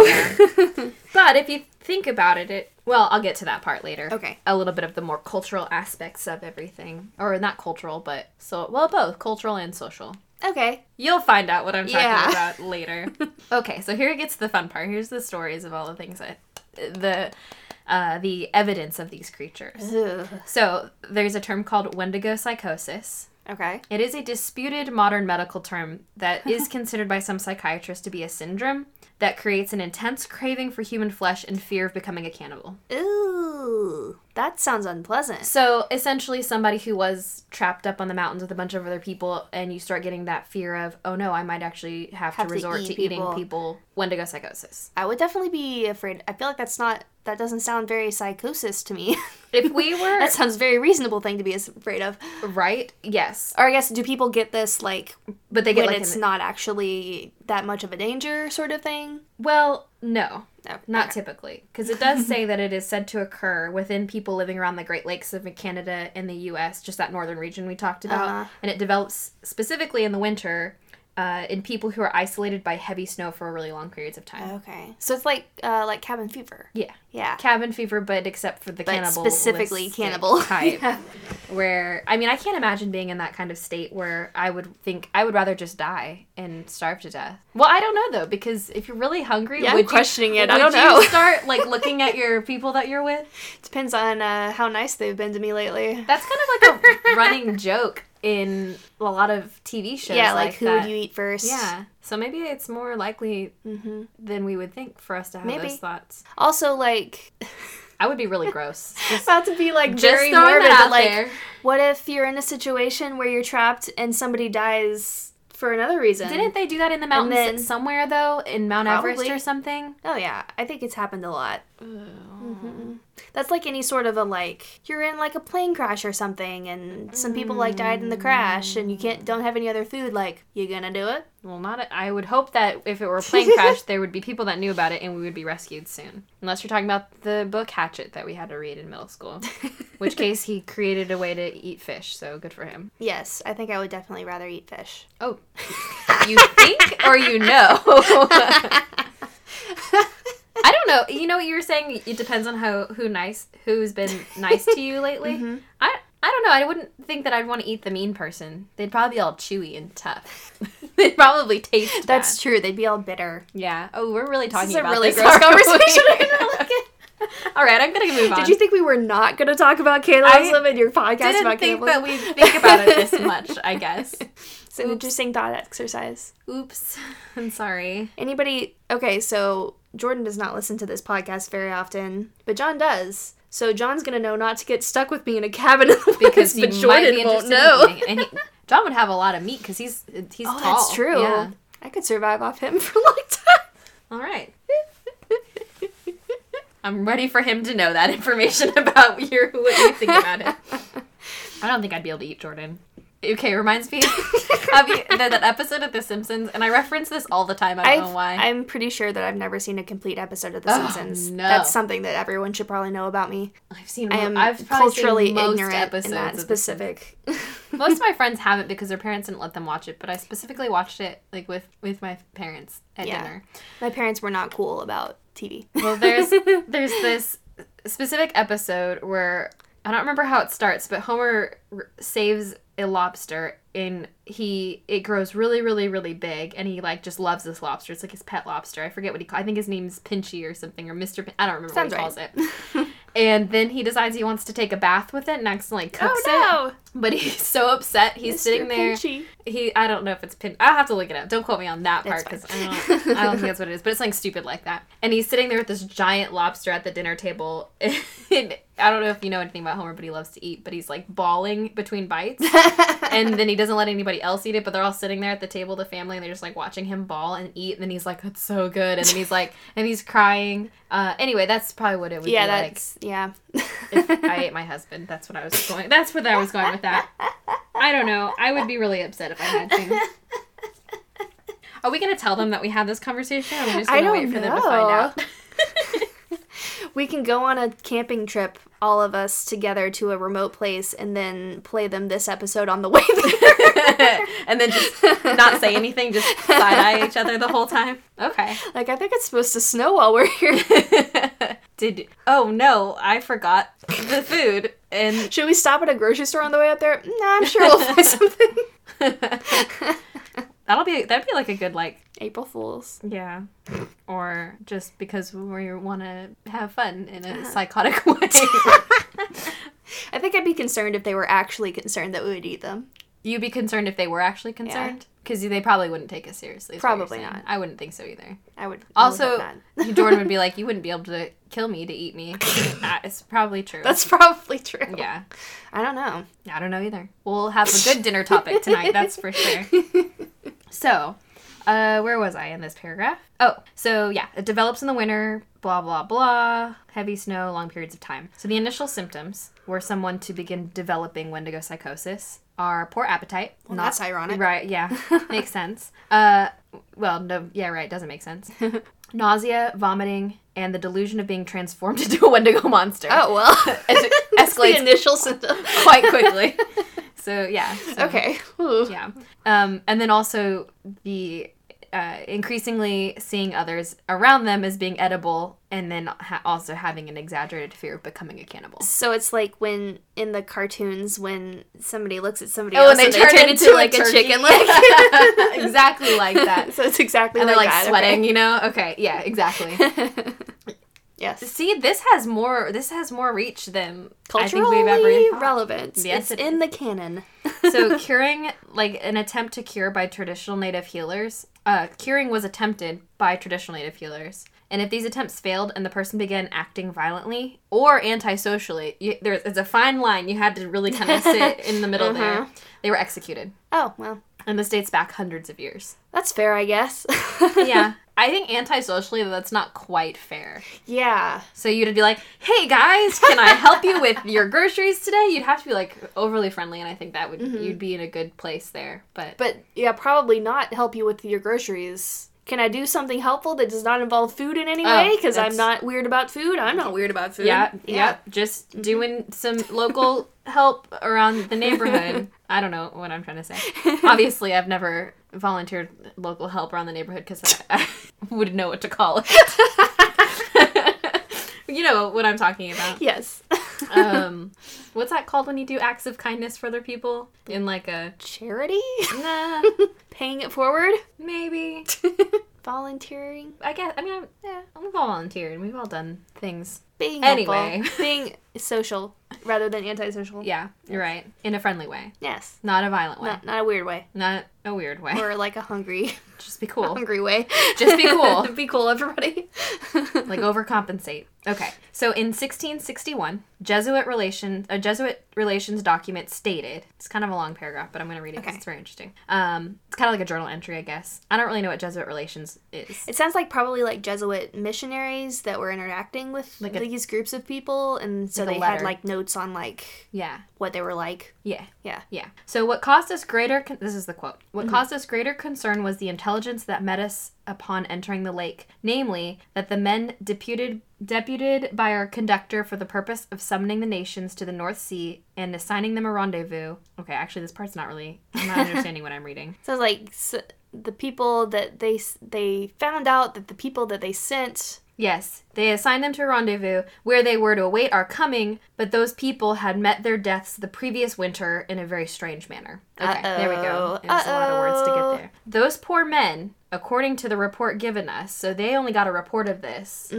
but if you think about it, it well, I'll get to that part later.
[laughs] Okay.
A little bit of the more cultural aspects of everything, or not cultural, but so well, both cultural and social.
okay.
You'll find out what I'm talking
Yeah.
about later. [laughs] okay, so here it gets to the fun part. Here's the stories of all the things that the uh, the evidence of these creatures. So there's a term called Wendigo psychosis.
Okay.
It is a disputed modern medical term [laughs] that is considered by some psychiatrists to be a syndrome that creates an intense craving for human flesh and fear of becoming a cannibal.
Ooh, that sounds unpleasant.
So, essentially, somebody who was trapped up on the mountains with a bunch of other people, and you start getting that fear of, oh no, I might actually have,
Have
to
to
resort
eat
to
people."
eating people, Wendigo psychosis.
I would definitely be afraid. I feel like that's not. That doesn't sound very psychosis to me. [laughs]
If we were
that sounds very reasonable thing to be as- afraid of.
right, yes.
Or I guess do people get this like
But they get
when
like,
it's
in the-
not actually that much of a danger sort of thing?
well, no.
No,
Not typically, because it does say that it is said to occur within people living around the Great Lakes of Canada and the U.S., just that northern region we talked about,
Uh-huh.
and it develops specifically in the winter uh, in people who are isolated by heavy snow for really long periods of time.
Okay. So it's like uh, like cabin fever.
Yeah.
Yeah.
Cabin fever, but except for the
But
cannibal.
specifically
[laughs]
cannibal. [laughs]
Type,
Yeah.
Where, I mean, I can't imagine being in that kind of state where I would think I would rather just die and starve to death. Well, I don't know though, because if you're really hungry,
Yeah, I'm
would you-
questioning it. I
would
don't
you
know.
[laughs]
[laughs]
start like looking at your people that you're with.
Depends on uh, how nice they've been to me lately.
That's kind of
[laughs]
like a running joke in a lot of TV shows.
yeah, like, who
that.
would you eat first?
Yeah. So maybe it's more likely
hmm
than we would think for us to have
Maybe.
those thoughts.
Also, like, [laughs]
I would be really gross. Just,
about to be like
just
very
throwing that
morbid,
out
but like,
there.
what if you're in a situation where you're trapped and somebody dies for another reason?
Didn't they do that in the mountains
then-
somewhere though, in Mount Everest
Probably.
or something?
Oh yeah, I think it's happened a lot. Mhm. That's like any sort of a like you're in like a plane crash or something, and some people like died in the crash, and you can't don't have any other food. Like you gonna do it?
Well, not. a- I would hope that if it were
[laughs]
a plane crash, there would be people that knew about it and we would be rescued soon. Unless you're talking about the book Hatchet that we had to read in middle school,
[laughs]
which case he created a way to eat fish. So good for him.
Yes, I think I would definitely rather eat fish.
Oh, you think or
[laughs]
you know? I don't know. You know what you were saying? It depends on how who nice who's been nice to you lately.
Mm-hmm.
I I don't know. I wouldn't think that I'd want to eat the mean person. They'd probably be all chewy and tough. [laughs] They'd probably taste.
That's
bad.
true. They'd be all bitter.
yeah. Oh, we're really talking
This is a
about
really
this,
gross
aren't we?
conversation. I
[laughs]
don't like it.
all right, I'm gonna move on.
Did you think we were not going to talk about cannibalism in your podcast
I didn't
about
think
cannibalism?
that we'd think about it this much.
[laughs]
I guess.
it's an interesting thought exercise.
Oops. I'm sorry.
Anybody? Okay, so Jordan does not listen to this podcast very often, but John does. So John's gonna know not to get stuck with me in a cabin [laughs] in the woods,
[laughs] because you
but Jordan
might be
won't
interested
know. [laughs]
in eating. And he, John would have a lot of meat because he's he's
oh,
tall.
that's true.
Yeah.
I could survive off him [laughs] for a long time.
All right. [laughs] I'm ready for him to know that information [laughs] about your what you think about it. [laughs] I don't think I'd be able to eat Jordan. Okay, reminds [laughs] me of the, that episode of The Simpsons, and I reference this all the time. I don't know why.
I'm pretty sure that I've never seen a complete episode of The
Oh,
Simpsons.
no.
That's something that everyone should probably know about me.
I've seen.
I am
have
culturally
seen most
ignorant
episodes
in that
of The
specific. [laughs]
Most of my friends haven't because their parents didn't let them watch it, but I specifically watched it like with with my parents at
Yeah.
dinner.
My parents were not cool about TV. [laughs]
Well, there's there's this specific episode where I don't remember how it starts, but Homer r- saves a lobster and he it grows really really really big and he like just loves this lobster. It's like his pet lobster. I forget what he call. I think his name's Pinchy or something or Mr. Pin- I don't remember
Sounds
what he calls
right.
it.
[laughs]
And then he decides he wants to take a bath with it and accidentally
Oh,
cooks it. But he's so upset. He's sitting there he I don't know if it's pin I'll have to look it up. Don't quote me on that part
That's
because
fine.
I don't I don't think that's what it is. But it's something stupid like that. And he's sitting there with this giant lobster at the dinner table. [laughs] And I don't know if you know anything about Homer, but he loves to eat, but he's like bawling
[laughs]
between bites. and then he doesn't let anybody else eat it, but they're all sitting there at the table, the family, and they're just like watching him bawl and eat. And then he's like, That's so good. And then he's like and he's crying. Uh anyway, that's probably what it would
yeah,
be like
that's yeah.
if I ate my husband. That's what I was going. That's where I was going with that. I don't know. I would be really upset if I had to. Are we gonna tell them that we had this conversation? Or are we just
I
gonna
don't
wait for them to find out?
[laughs] we can go on a camping trip, all of us together to a remote place, and then play them this episode on the way [laughs] there.
[laughs] and then just not say anything, just side eye each other the whole time. Okay. [laughs]
like I think it's supposed to snow while we're here. [laughs]
Did oh no, I forgot the food and [laughs]
Should we stop at a grocery store on the way up there? Nah, I'm sure we'll find something.
that'll be that'd be like a good like
April Fools.
Yeah. Or just because we want to have fun in
Uh-huh.
a psychotic [laughs] way.
I think I'd be concerned if they were actually concerned that we would eat them.
You'd be concerned if they were actually concerned? Because they probably wouldn't take us seriously. is what you're
Probably
saying.
not.
I wouldn't think so either.
I would I would hope
Also,
not. [laughs]
Jordan would be like, you wouldn't be able to kill me to eat me. That is probably true.
That's probably true.
yeah.
I don't know.
I don't know either. We'll have a good dinner topic tonight, that's
[laughs]
for sure. So, uh, where was I in this paragraph? Oh, so yeah, it develops in the winter, blah, blah, blah, heavy snow, long periods of time. So, the initial symptoms were someone to begin developing wendigo psychosis are poor appetite. not-
that's ironic. [laughs]
Right, yeah, makes sense. Uh, well, no, yeah, right, doesn't
[laughs]
make sense. Nausea, vomiting, and the delusion of being transformed [laughs] into a wendigo monster.
[laughs] Oh well.
It
That's the
escalates
[laughs] initial symptom.
quite quickly. So yeah. so-
Okay. Ooh.
Yeah. Um, and then also the uh, increasingly seeing others around them as being edible, and then ha- also having an exaggerated fear of becoming a cannibal.
So it's like when in the cartoons when somebody looks at somebody
Oh,
else
and
and they, turn, into, like a, [laughs]
turkey. [laughs]
chicken leg.
exactly
[laughs]
like that.
so it's exactly
And they're like
that, okay.
sweating, you know? Okay,
[laughs]
yeah, exactly.
yes.
See, this has more. This has more reach than
Culturally
I think we've ever. thought.
relevant.
Yes,
it's
it
in the canon.
so curing like an attempt to cure by traditional native healers uh, curing was attempted by traditional native healers and if these attempts failed and the person began acting violently or antisocially you, there's it's a fine line you had to really kind of sit in the middle there they were executed
Oh well,
and this dates back hundreds of years
that's fair, I guess. [laughs]
yeah [laughs] i think antisocially though, that's not quite fair
yeah.
so you'd be like hey guys can i help you with your groceries today you'd have to be like overly friendly and i think that would you'd be in a good place there but
But yeah, probably not help you with your groceries. Can I do something helpful that does not involve food in any
Oh,
way? Because I'm
that's-
not weird about food. I'm not weird about food.
Yeah, yeah, Just doing some local help around the neighborhood. I don't know what I'm trying to say. Obviously, I've never volunteered local help around the neighborhood because I, I [laughs] wouldn't know what to call it. you know what I'm talking about.
Yes.
Um, what's that called when you do acts of kindness for other people? In like a
[laughs] Charity?
nah,
Paying it forward?
maybe.
Volunteering?
I guess. I mean, I'm, yeah, we've all volunteered. We've all done things.
Being
Anyway.
helpful. Being social rather than antisocial.
Yeah, you're right. In a friendly way,
Yes.
not a violent way,
Not, not a weird way.
not a weird way.
Or like a hungry [laughs]
Just be cool.
hungry way.
Just be cool.
[laughs] be cool, everybody. [laughs]
like overcompensate. Okay. So in 1661, Jesuit relations a Jesuit relations document stated. It's kind of a long paragraph, but I'm going to read it because
Okay.
it's very interesting. Um, it's kind of like a journal entry, I guess. I don't really know what Jesuit relations is.
It sounds like probably like Jesuit missionaries that were interacting with
Like a-
these groups of people, and so
Like a
they
letter.
had like notes on like
Yeah.
what they were like.
Yeah.
Yeah.
Yeah. So what caused us greater con- this is the quote. What caused us greater concern was the intelligence that met us upon entering the lake, namely that the men deputed deputed by our conductor for the purpose of summoning the nations to the North Sea and assigning them a rendezvous. Okay, actually this part's not really I'm not understanding what I'm reading.
So like s the people that they s- they found out that the people that they sent.
Yes, they assigned them to a rendezvous where they were to await our coming, but those people had met their deaths the previous winter in a very strange manner. Okay, there we go.
Uh-oh.
There's a lot of words to
Uh-oh.
get there. Those poor men, according to the report given us, so they only got a report of this,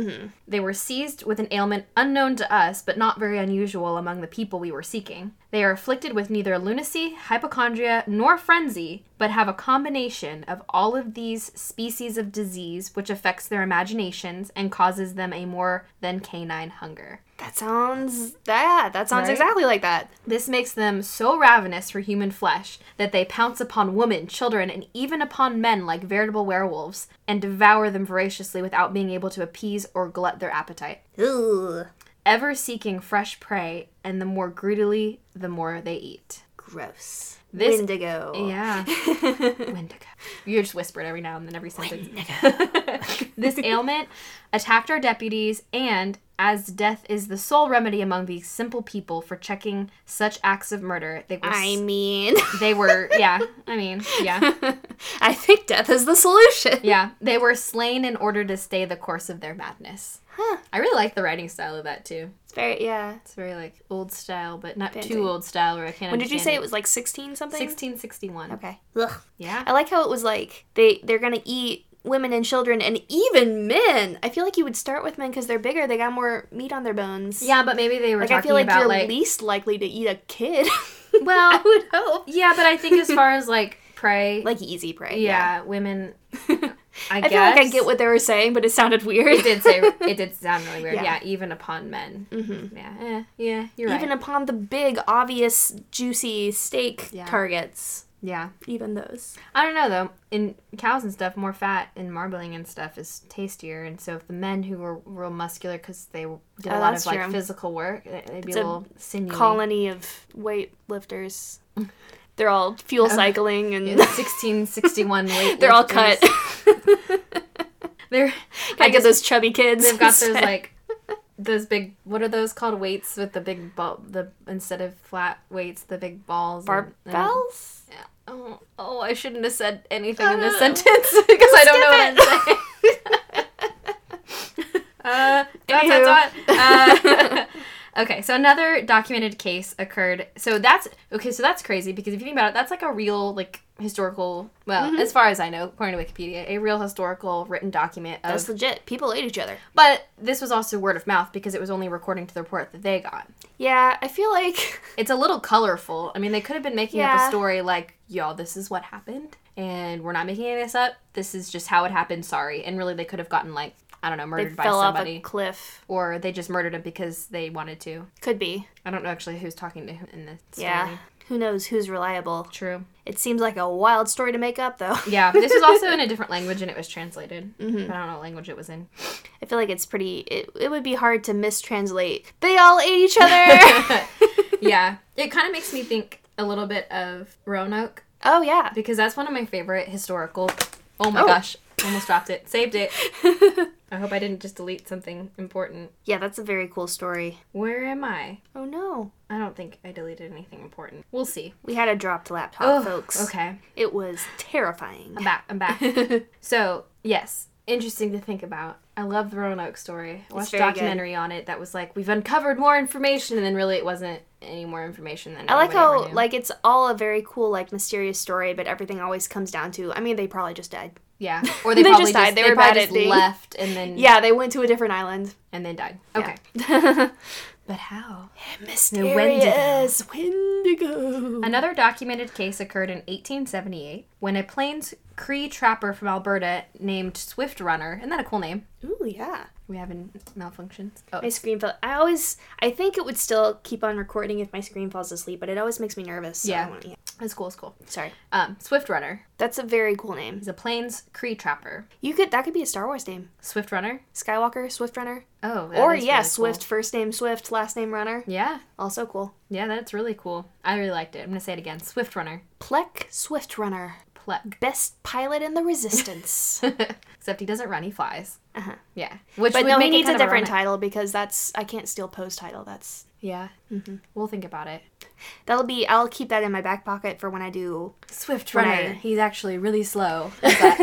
they were seized with an ailment unknown to us, but not very unusual among the people we were seeking. They are afflicted with neither lunacy, hypochondria, nor frenzy, but have a combination of all of these species of disease which affects their imaginations and causes them a more than canine hunger.
That sounds that that sounds
Right?
exactly like that.
This makes them so ravenous for human flesh that they pounce upon women, children, and even upon men like veritable werewolves and devour them voraciously without being able to appease or glut their appetite.
Ooh,
ever seeking fresh prey, and the more greedily, the more they eat.
gross.
This-
Indigo. [laughs]
Yeah. Wendigo. You're just whispered every now and then, every sentence. [laughs] this ailment attacked our deputies, and as death is the sole remedy among these simple people for checking such acts of murder, they were. s-
I mean,
they were, yeah, I mean, yeah,
[laughs] I think death is the solution.
yeah. They were slain in order to stay the course of their madness.
Huh.
I really like the writing style of that too.
It's very yeah.
It's very like old style, but not
Fancy.
too old style where I can't.
When did you
understand
say it was like sixteen something?
1661.
Okay. Ugh.
Yeah.
I like how it was like they they're gonna eat women and children and even men. I feel like you would start with men because they're bigger. They got more meat on their bones.
Yeah, but maybe they were
Like I
talking
feel like
about
you're
like
least likely to eat a kid. [laughs] I
[laughs] well, [laughs]
would [laughs] hope.
yeah, but I think as far as like prey,
[laughs] Like easy prey. [laughs]
yeah, women. I,
I
guess
feel like I get what they were saying, but it sounded weird.
it did say. [laughs] It did sound really weird.
Yeah.
Yeah, even upon men. Mm-hmm. Yeah, eh, yeah, you're
[laughs] Even
right.
upon the big, obvious, juicy steak
Yeah.
targets,
yeah,
even those.
I don't know though. In cows and stuff, more fat and marbling and stuff is tastier. And so if the men who were real muscular because they did a
Oh,
lot
that's
of like
true.
physical work, they- they'd be
It's
a
a
little sinewy. [laughs]
Colony of weightlifters. They're all fuel cycling and
1661
[laughs]
weight.
they're all
lifters.
cut. [laughs]
They're
I get those chubby kids.
They've got those
[laughs] instead.
like those big what are those called weights with the big ball the instead of flat weights the big balls and- and-
Barbells?
Yeah. oh, oh I shouldn't have said anything in this
Oh.
sentence [laughs] because I don't know what I'm
Skip
saying. [laughs] Uh, dot,
Anywho.
dot, dot. Uh, [laughs] okay, so another documented case occurred. So that's okay. So that's crazy because if you think about it, that's like a real like historical. Well,
Mm-hmm.
as far as I know, according to Wikipedia, a real historical written document of
That's legit. People ate each other.
but this was also word of mouth because it was only recording to the report that they got.
Yeah, I feel like
It's a little colorful. I mean, they could have been making up
Yeah.
a story like, y'all, this is what happened, and we're not making any of this up. This is just how it happened, sorry. And really, they could have gotten, like, I don't know,
they
murdered by
fell off
somebody.
a cliff.
or they just murdered him because they wanted to.
Could be.
I don't know actually who's talking to who in this story.
Yeah. Who knows who's reliable?
True.
It seems like a wild story to make up, though.
Yeah, this was also in a different language and it was translated.
Mm-hmm.
But I don't know what language it was in.
[laughs] I feel like it's pretty. It, it would be hard to mistranslate. They all ate each [laughs] other.
yeah. It kind of makes me think a little bit of Roanoke
oh yeah.
because that's one of my favorite historical. Oh my
Oh.
gosh, almost dropped it.
[laughs]
Saved it. I hope I didn't just delete something important.
Yeah, that's a very cool story.
Where am I?
Oh no,
I don't think I deleted anything important. We'll see.
we had a dropped laptop, folks.
Okay.
It was terrifying.
I'm back. I'm back.
[laughs]
so yes, interesting to think about. I love the Roanoke story. I watched a
very good.
documentary on it that was like we've uncovered more information, and then really it wasn't any more information than
I like
anybody ever
how
knew.
like it's all a very cool like mysterious story, but everything always comes down to. I mean, they probably just died. [laughs]
yeah, or they,
they
probably
just
just
died.
They,
They were
probably
bad at
just
being-
left and then
Yeah, they went to a different island.
and then died. Okay,
[laughs]
but how?
Mysterious Wendigo.
Another documented case occurred in 1878 when a Plains Cree trapper from Alberta named Swift Runner, isn't that a cool name?
Ooh yeah.
We have in malfunctions. Oh,
My screen fell. I always. I think it would still keep on recording if my screen falls asleep, but it always makes me nervous. So
Yeah.
I wanna, yeah.
it's cool. It's cool.
Sorry.
Um, Swift Runner
That's a very cool name.
is a Plains Cree trapper.
You could that could be a Star Wars name.
Swift Runner.
Skywalker, Swift Runner,
Oh, that
or
is
yeah,
really cool.
Swift first name Swift, last name Runner.
Yeah,
Also cool.
yeah, that's really cool. I really liked it. I'm gonna say it again. Swift Runner.
Plek Swift Runner,
Pluck.
best pilot in the
[laughs]
Resistance.
Except he doesn't run, he flies. Uh huh. Yeah. Which
Uh-huh. but
would
no, he
make it
needs a
kind of
different
Roanoke-
title because that's I can't steal Poe's title. That's
Yeah. Mm-hmm. We'll think about it.
that'll be I'll keep that in my back pocket for when I do.
Swift
Runner.
Runner. He's actually really slow, but,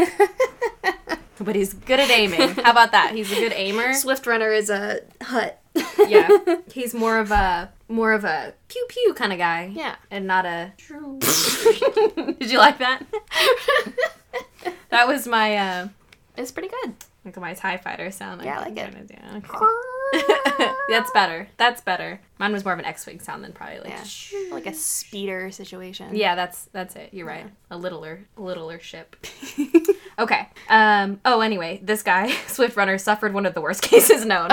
[laughs]
but he's good at aiming. How about that? He's a good aimer.
Swift Runner is a hut.
Yeah. He's more of a more of a pew pew kind of guy.
[laughs] Yeah.
And not a. [laughs] Did you
[laughs]
like that? that was my. Uh,
It's pretty [laughs] good.
Like my TIE fighter sound.
Yeah, I like
I'm gonna do- okay. [laughs] That's better. That's better. Mine was more of an X Wing sound than probably like.
Yeah.
Yeah.
Like a speeder situation.
that's that's it. You're right. A littler, littler ship. okay. Um. Oh, anyway, this guy [laughs] Swift Runner suffered one of the worst [laughs] cases known.
[laughs]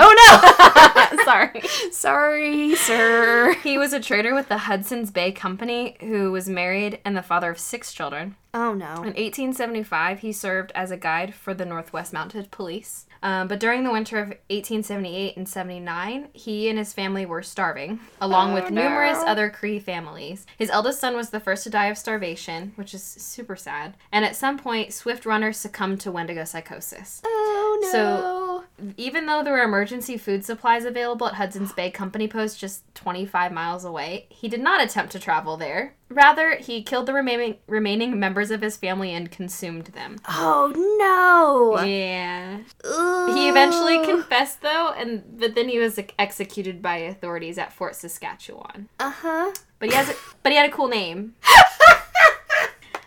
Oh
sorry.
no! [laughs] Sorry, sir.
He was a trader with the Hudson's Bay Company who was married and the father of six children.
Oh no.
In 1875, he served as a guide for the Northwest Mounted Police. Um, but during the winter of 1878 and 79, he and his family were starving, along with
Oh, no.
numerous other Cree families. His eldest son was the first to die of starvation, which is super sad. And at some point, Swift Runner succumbed to Wendigo psychosis.
Oh no.
So- Even though there were emergency food supplies available at Hudson's Bay Company Post just 25 miles away, he did not attempt to travel there. Rather, he killed the remaining remaining members of his family and consumed them.
oh no.
Yeah.
Ugh.
He eventually confessed though, and but then he was like, executed by authorities at Fort Saskatchewan.
Uh-huh.
But he has a, but he had a cool name.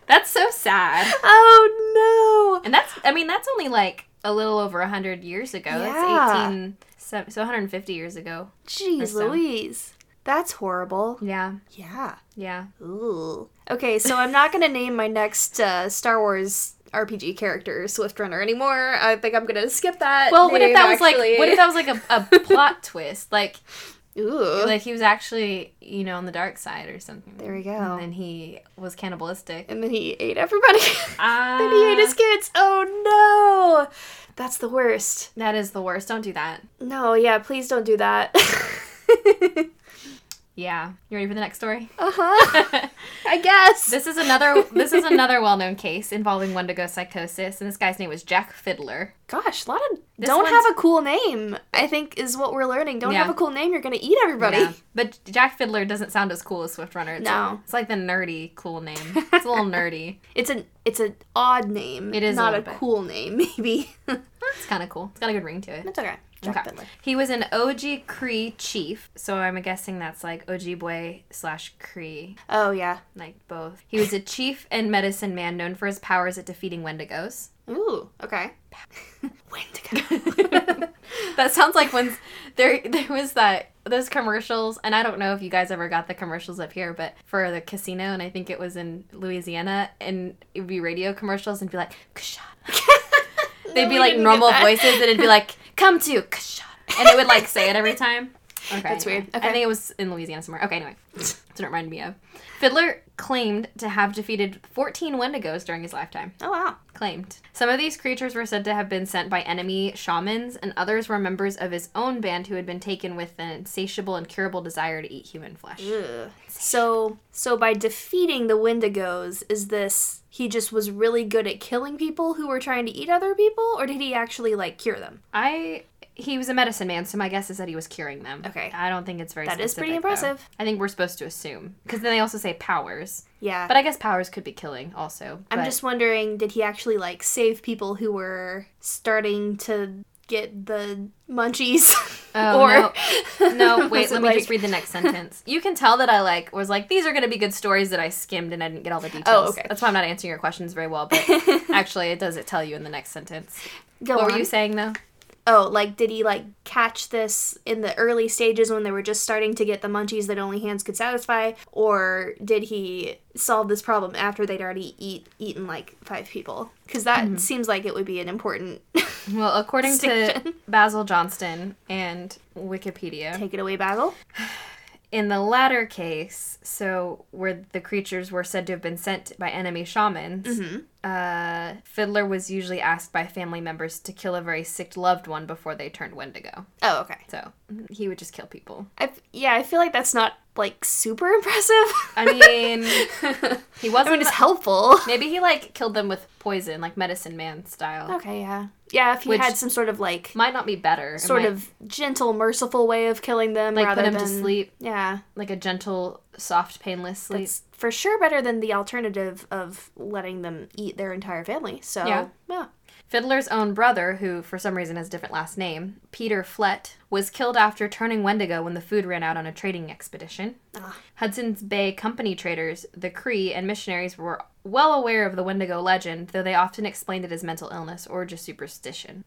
That's so sad.
Oh no.
And that's I mean that's only like a little over 100 years ago.
Yeah.
That's 18 so 150 years ago.
Jeez
so.
Louise. That's horrible.
Yeah.
Yeah.
Yeah.
Ooh. Okay, so I'm not gonna name my next uh, Star Wars RPG character Swift Runner anymore. I think I'm gonna skip that.
Well, what if
name,
that was
actually. [laughs]
like what if that was like a, a plot twist? Like
Ooh.
like he was actually, you know, on the dark side or something.
there we go.
And then he was cannibalistic.
and then he ate everybody. [laughs]
Ah.
then he ate his kids. Oh no. That's the worst.
That is the worst. Don't do that.
[laughs] No, yeah, please don't do that.
Yeah. You ready for the next
[laughs]
story? [laughs]
Uh huh. I guess.
This is another this is another well-known case involving Wendigo psychosis and this guy's name was Jack Fiddler.
Gosh, a lot of
This
don't
one's-
have a cool name. I think is what we're learning. Don't
Yeah.
have a cool name, you're gonna eat everybody.
Yeah. But Jack Fiddler doesn't sound as cool as Swift Runner. It's
No.
It's like the nerdy cool name.
[laughs]
It's a little nerdy.
It's an it's an odd name.
It is a
not a,
little bit.
cool name. [laughs] Maybe
It's kind of cool. It's got a good ring to it.
it's okay. Jack
Okay.
Fiddler.
He was an Oji Cree chief, so I'm guessing that's like Ojibwe slash Cree,
Oh yeah.
like both. He was a chief and medicine man known for his powers at defeating Wendigos.
Oow. Okay. [laughs] Wendigo. [laughs]
that sounds like when there there was that those commercials and I don't know if you guys ever got the commercials up here but for the casino and I think it was in Louisiana and it would be radio commercials and be like Kasha. They'd
No,
be
we
like
didn't
normal
get that.
voices and it'd be [laughs] like come to Kasha and it would like say it every time. [laughs] Okay.
That's
anyway.
weird.
I
Okay.
think it was in Louisiana somewhere. Okay, anyway. [laughs] That's what it reminded me of. Fiddler claimed to have defeated 14 Wendigos during his lifetime
oh wow.
claimed. Some of these creatures were said to have been sent by enemy shamans, and others were members of his own band who had been taken with an insatiable, incurable desire to eat human flesh.
Ugh. So so by defeating the Wendigos, is this he just was really good at killing people who were trying to eat other people, or did he actually like cure them?
I. He was a medicine man, so my guess is that he was curing them.
Okay.
I don't think it's very
That is pretty
specific, though.
impressive.
I think we're supposed to assume. Because then they also say powers.
Yeah.
But I guess powers could be killing also.
I'm
but-
just wondering, did he actually like save people who were starting to get the munchies?
[laughs]
[laughs]
Oh,
or
No,
[laughs]
wait,
was it
let me
like-
just read the next sentence. You can tell that I like was like these are going to be good stories that I skimmed and I didn't get all the details.
Oh, okay.
That's why I'm not answering your questions very
[laughs]
well, but actually it does it tell you in the next sentence.
Go
What
on.
were you saying though?
Oh, like did he like catch this in the early stages when they were just starting to get the munchies that only hands could satisfy, or did he solve this problem after they'd already eat eaten like five people? Because that
Mm-hmm.
seems like it would be an important. [laughs]
Well, according to
Station.
Basil Johnston and Wikipedia,
Take it away, Basil.
in the latter case, so where the creatures were said to have been sent by enemy shamans,
Mm-hmm.
uh, Fiddler was usually asked by family members to kill a very sick loved one before they turned Wendigo.
Oh, okay.
So he would just kill people.
I f- yeah, I feel like that's not like super [laughs] impressive.
I mean, he wasn't.
I mean, it's helpful.
maybe he like killed them with poison, like medicine man style.
Okay, yeah, yeah. If he
Which-
had some sort of like
Might not be better. It
sort
might,
of gentle, merciful way of killing them,
like
rather
put him
than
to sleep,
yeah,
like a gentle, soft, painless sleep.
It's for sure better than the alternative of letting them eat their entire family. So
Yeah.
yeah,
Fiddler's own brother, who for some reason has a different last name, Peter Flett, was killed after turning Wendigo when the food ran out on a trading expedition.
Ah.
Hudson's Bay Company traders, the Cree, and missionaries were well aware of the Wendigo legend, though they often explained it as mental illness or just superstition.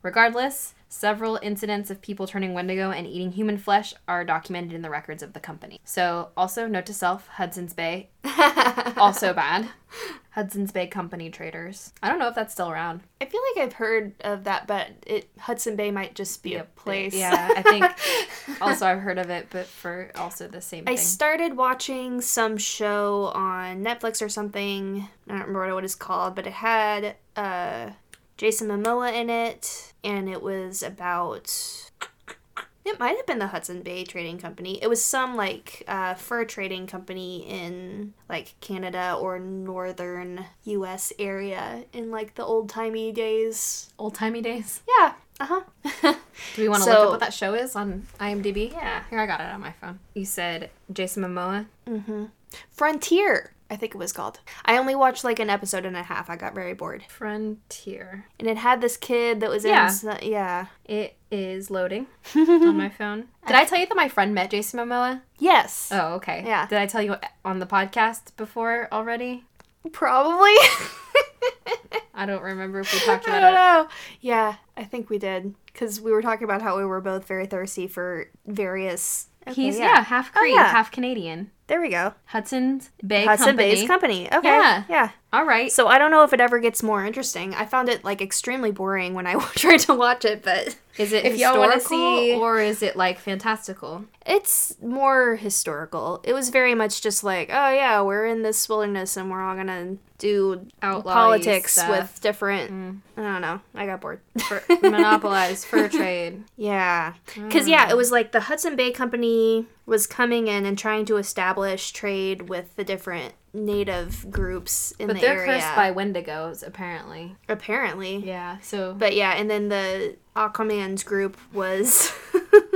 Regardless, several incidents of people turning Wendigo and eating human flesh are documented in the records of the company. So, also, note to self Hudson's Bay, also bad. Hudson's Bay Company traders. I don't know if that's still around.
I feel like I've heard of that, but it Hudson Bay might just be a place.
Yeah, I [laughs] think. also, I've heard of it, but for also the same
I
thing.
started watching some show on Netflix or something. I don't remember what it's called, but it had uh, Jason Momoa in it, and it was about. It might have been the Hudson Bay Trading Company. It was some like uh, fur trading company in like Canada or northern U.S. area in like the old timey days.
Old timey days.
Yeah. Uh huh.
Do we want to
So-
look up what that show is on IMDb? Yeah. Here, I got it on my phone. You said Jason Momoa.
[laughs] Frontier. I think it was called. I only watched like an episode and a half. I got very bored.
Frontier.
and it had this kid that was
Yeah.
in so- yeah
It is [laughs] loading on my phone. Did I tell you that my friend met Jason Momoa?
yes
Oh, okay.
Yeah.
Did I tell you on the podcast before already?
probably [laughs]
I don't remember [laughs] if we talked
i
about
don't
it.
know yeah i think we did because we were talking about how we were both very thirsty for various Okay,
He's yeah. half
Oh,
Cree,
yeah.
half Canadian.
there we go
Hudson's Bay
hudson
Company.
bay's company okay
Yeah.
yeah.
All right.
so i don't know if it ever gets more interesting i found it like extremely boring when i [laughs] tried to watch it but
Is it
If y'all wanna
historical
see-
or is it like [laughs] fantastical?
it's more historical it was very much just like oh yeah we're in this wilderness and we're all gonna do
Outlaw-y
politics
stuff. Mm.
with different. I don't know. I got
[laughs]
bored.
monopolized fur trade.
[laughs] Yeah. Because,
Mm.
yeah, it was like the Hudson Bay Company was coming in and trying to establish trade with the different native groups in
But
the
they're
area.
cursed by wendigos, apparently.
apparently.
Yeah, so
But yeah, and then the Aquaman's group was [laughs]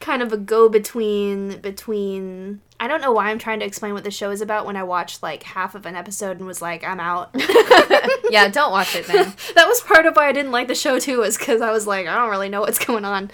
kind of a go between between I don't know why I'm trying to explain what the show is about when I watched like half of an episode and was like, I'm out. [laughs]
[laughs] yeah, don't watch it then.
that was part of why I didn't like the show too, was because I was like, I don't really know what's going on.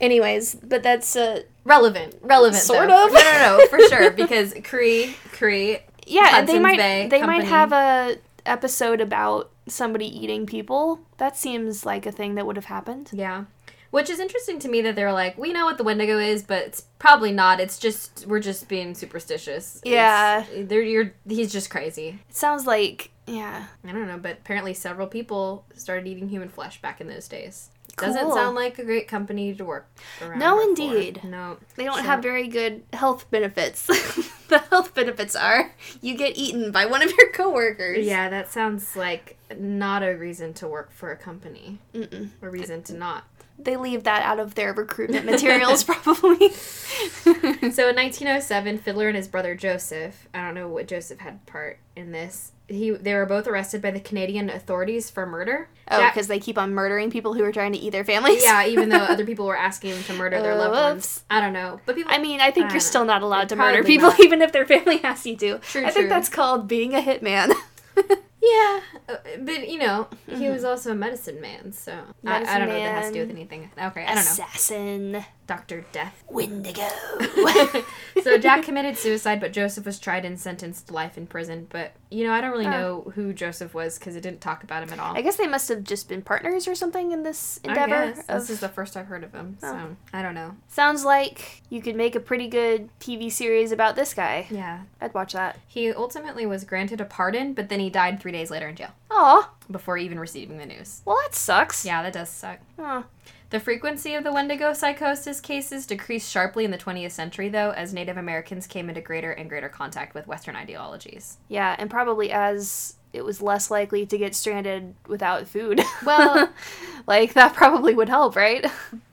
Anyways, but that's uh
[laughs] relevant, relevant.
Sort
though.
of.
[laughs] No, no, no, for sure. Because Cree, Cree.
yeah, and they
Hudson's
might
Bay
they might
Company.
have a episode about somebody eating people. That seems like a thing that would have happened.
Yeah. Which is interesting to me that they're like, we know what the Wendigo is, but it's probably not. It's just we're just being superstitious.
Yeah.
It's- they're you're he's just crazy.
It sounds like yeah,
I don't know, but apparently several people started eating human flesh back in those days.
Cool.
Doesn't sound like a great company to work around.
No,
or for.
indeed.
No.
They don't
So-
have very good health benefits. [laughs] the health benefits are you get eaten by one of your coworkers.
Yeah, that sounds like not a reason to work for a company. Mm-mm. A reason to not.
They leave that out of their recruitment materials, [laughs]
[laughs]
probably.
So in 1907, Fiddler and his brother Joseph, I don't know what Joseph had part in this. He they were both arrested by the Canadian authorities for murder.
oh,
That-
because they keep on murdering people who are trying to eat their families?
yeah, even though other people were asking them to murder their
Oh,
loved
[laughs] whoops.
ones. I don't know. But people
I mean, I think
I
you're
don't
still not allowed to murder
Uh, Probably
people, [laughs]
not.
even if their family asks you to.
True,
I
true.
think that's called being a hitman. [laughs]
Yeah, uh, but you know, he was also a medicine man, so I, I
Mm-hmm. Medicine
don't know what that has to do
man.
with anything. Okay, I don't know.
Assassin.
Dr.
[laughs]
Death. [laughs]
Wendigo.
so Jack committed suicide, but Joseph was tried and sentenced to life in prison. But you know, I don't really know who Joseph was because it didn't talk about him at all.
Ah. I guess they must have just been partners or something in this
I
endeavor.
guess.
of- Oh.
This is the first I've heard of him, so I don't know.
Sounds like you could make a pretty good TV series about this guy.
Yeah.
I'd watch that.
He ultimately was granted a pardon, but then he died three days later in jail
Aw,
before even receiving the news.
well, that sucks.
Yeah, that does suck.
Aw.
The frequency of the Wendigo psychosis cases decreased sharply in the 20th century, though, as Native Americans came into greater and greater contact with Western ideologies.
Yeah, and probably as it was less likely to get stranded without food. [laughs]
Well-
like, that probably would help,
[laughs]
right?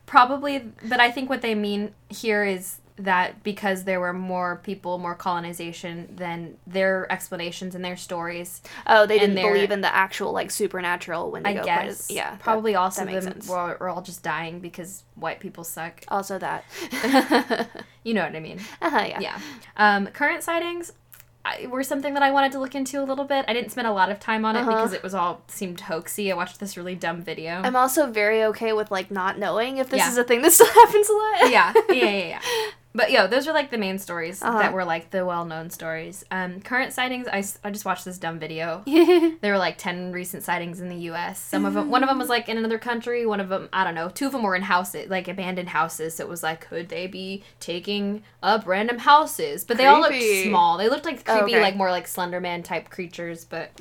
Probably, but I think what they mean here is that because there were more people, more colonization, then their explanations and their stories
Oh, they didn't
they're-
believe in the actual, like, supernatural
I
Wendigo. quite
guess.
as- yeah.
Probably also
that makes
the,
sense.
we're, we're all just dying because white people suck.
that- also that.
[laughs] You know what I mean?
uh-huh, yeah.
Yeah. [laughs] Um, current sightings I, were something that I wanted to look into a little bit. I didn't spend a lot of time on it because it was all seemed hoaxy. I watched this really dumb video.
[laughs] I'm also very okay with, like, not knowing if this
Yeah.
is a thing that still [laughs] happens a lot.
yeah, yeah, yeah, yeah. But yo, those are like the main stories
Uh-huh.
that were like the well-known stories. Um, current sightings. I, s- I just watched this dumb video. [laughs] There were like ten recent sightings in the U.S. Some
[laughs]
of them, one of them was like in another country. One of them, I don't know. Two of them were in houses, like abandoned houses. So it was like, could they be taking up random houses? But they all looked
Creepy.
small. They looked like creepy,
okay. Mm-hmm.
like more like Slenderman type creatures, but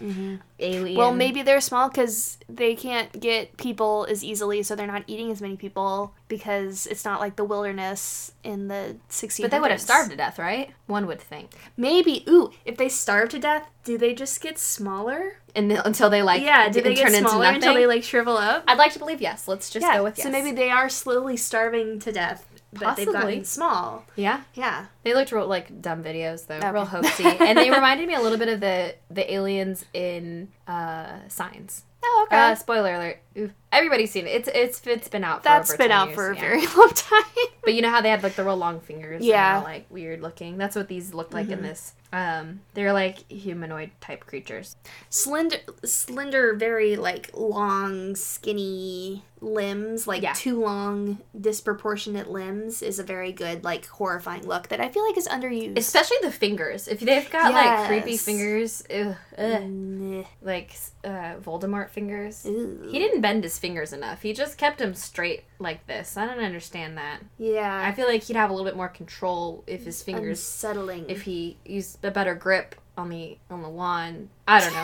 alien.
Well, maybe they're small because they can't get people as easily, so they're not eating as many people because it's not like the wilderness in the 1600s.
But they would have starved to death, right? One would think.
Maybe. Ooh, if they starve to death, do they just get smaller?
And then- until they like
yeah, do
d-
they get smaller until they like shrivel up?
I'd like to believe yes. Let's just
yeah,
go with yes.
so maybe they are slowly starving to death, but they've
Possibly.
gotten small.
yeah.
Yeah.
They looked real like dumb videos though, real
Okay.
hoaxy, and
[laughs]
they reminded me a little bit of the the aliens in uh Signs.
Oh, okay.
Uh, spoiler alert! Oof. Everybody's seen it. It's it's it's been out. For
That's
over
been
10
out
years,
for a
yeah.
very [laughs] long time.
But you know how they had like the real long fingers,
Yeah. Mm-hmm.
yeah, like weird looking. That's what these looked like in this. Um, they're like humanoid type creatures.
slender slender very like long skinny limbs like
Yeah.
too long disproportionate limbs is a very good like horrifying look that i feel like is underused
Especially the fingers. If they've got like creepy
Yes. Mm.
fingers, ugh, ugh,
Nah.
like uh, Voldemort fingers.
Ew.
He didn't bend his fingers enough. He just kept them straight like this. I don't understand that. I
yeah
feel like he'd have a little bit more control if his fingers,
unsettling
if he used a better grip on the on the wand.
[laughs]
I don't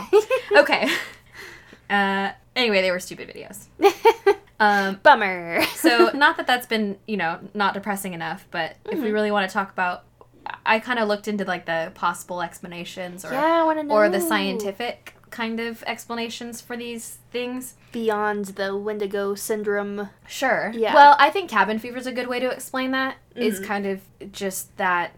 know. okay. Uh, anyway, they were stupid videos. Um,
[laughs] bummer
so not that that's been you know not depressing enough, but if we really want to talk about I kind of looked into like the possible explanations or
yeah, I want to know.
[laughs] or the scientific kind of explanations for these things.
Beyond the Wendigo syndrome.
Sure.
Yeah. Mm-hmm.
Well, I think cabin fever is a good way to explain that. It's kind of just that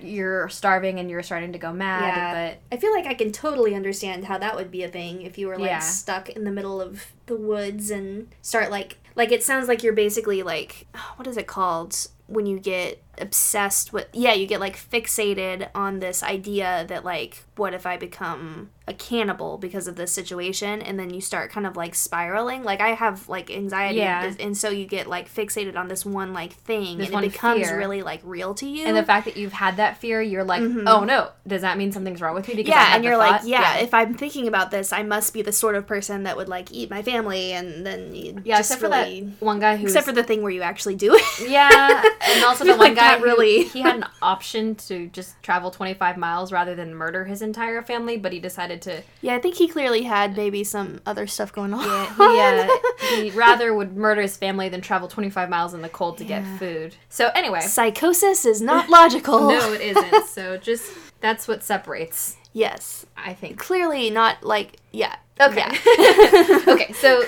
you're starving and you're starting to go mad,
Yeah. I feel like I can totally understand how that would be a thing if you were like
Yeah.
stuck in the middle of the woods and start like like it sounds like you're basically like oh, what is it called when you get obsessed with yeah you get like fixated on this idea that like what if I become a cannibal because of this situation and then you start kind of like spiraling like I have like anxiety
Yeah.
and so you get like fixated on this one like thing
This
and
one
it becomes
fear.
really like real to you
but and the fact that you've had that fear, you're like, oh no, does that mean something's wrong with me? Because
Mm-hmm.
I
yeah
had
and
the
you're like
thought?"
yeah, if i'm thinking about this i must be the sort of person that would like eat my family and then you
yeah.
just
Except
really
for that one guy who
except for the thing where you actually do it
[laughs]
[laughs]
Yeah, and also the
Like,
one guy
that
really
really-
[laughs] he had an option to just travel 25 miles rather than murder his entire family, but he decided to
[laughs] yeah i think he clearly had maybe some other stuff going on [laughs]
he, uh, he rather would murder his family than travel 25 miles in the cold to get food. So anyway,
psychosis is [laughs] not logical
no it isn't. So just that's what separates,
yes
I think.
clearly not like yeah [laughs]
Okay.
yeah.
[laughs] Okay, so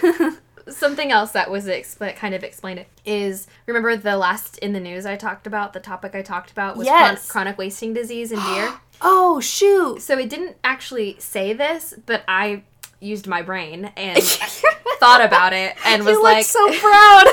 something else that was expl- kind of explained it is remember the last in the news I talked about, the topic I talked about was chron-
Yes.
chronic wasting disease in
[gasps]
deer?
oh [laughs] shoot
So it didn't actually say this, but I used my brain
[laughs]
and thought about it and was
you
like,
look [laughs] so proud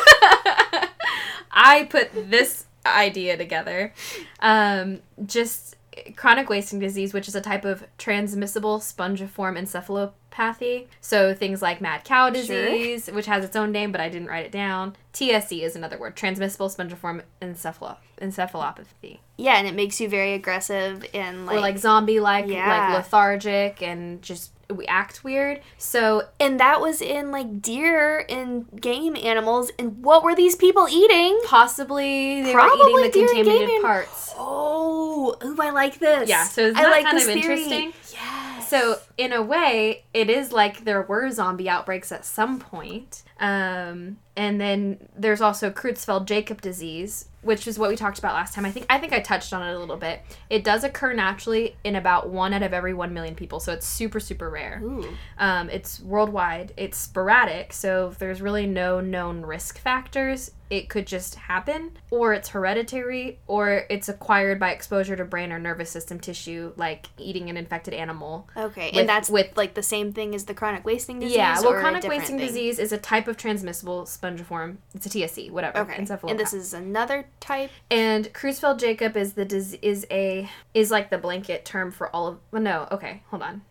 I put this idea together. Um, just chronic wasting disease, which is a type of transmissible spongiform encephalopathy. So things like mad cow disease, which has its own name, but I didn't write it down. TSE is another word, transmissible spongiform encephalo- encephalopathy.
yeah and it makes you very aggressive and like,
or like zombie like,
Yeah.
like lethargic and just we act weird. So
and that was in like deer and game animals and what were these people eating
possibly they were
Probably during
eating the contaminated
gaming.
parts.
Oh, ooh, I like this.
Yeah, so isn't
I
that
like
kind
this
of
theory.
interesting?
Yes.
So in a way, it is like there were zombie outbreaks at some point. Um, and then there's also Creutzfeldt-Jakob disease, which is what we talked about last time. I think I think I touched on it a little bit. It does occur naturally in about one out of every one million people, so it's super super rare.
Ooh.
Um, it's worldwide. It's sporadic, so if there's really no known risk factors. It could just happen, or it's hereditary, or it's acquired by exposure to brain or nervous system tissue, like eating an infected animal.
Okay,
With-
and that's
with-
with like the same thing as the chronic wasting disease.
yeah, well,
or a
chronic
different
wasting
thing?
disease is a type of transmissible spongiform. It's a TSC, whatever.
Okay, and this
encephalopathy.
is another type.
And Creutzfeldt Jacob is the dis- is a is like the blanket term for all of well, no okay hold
[laughs]
on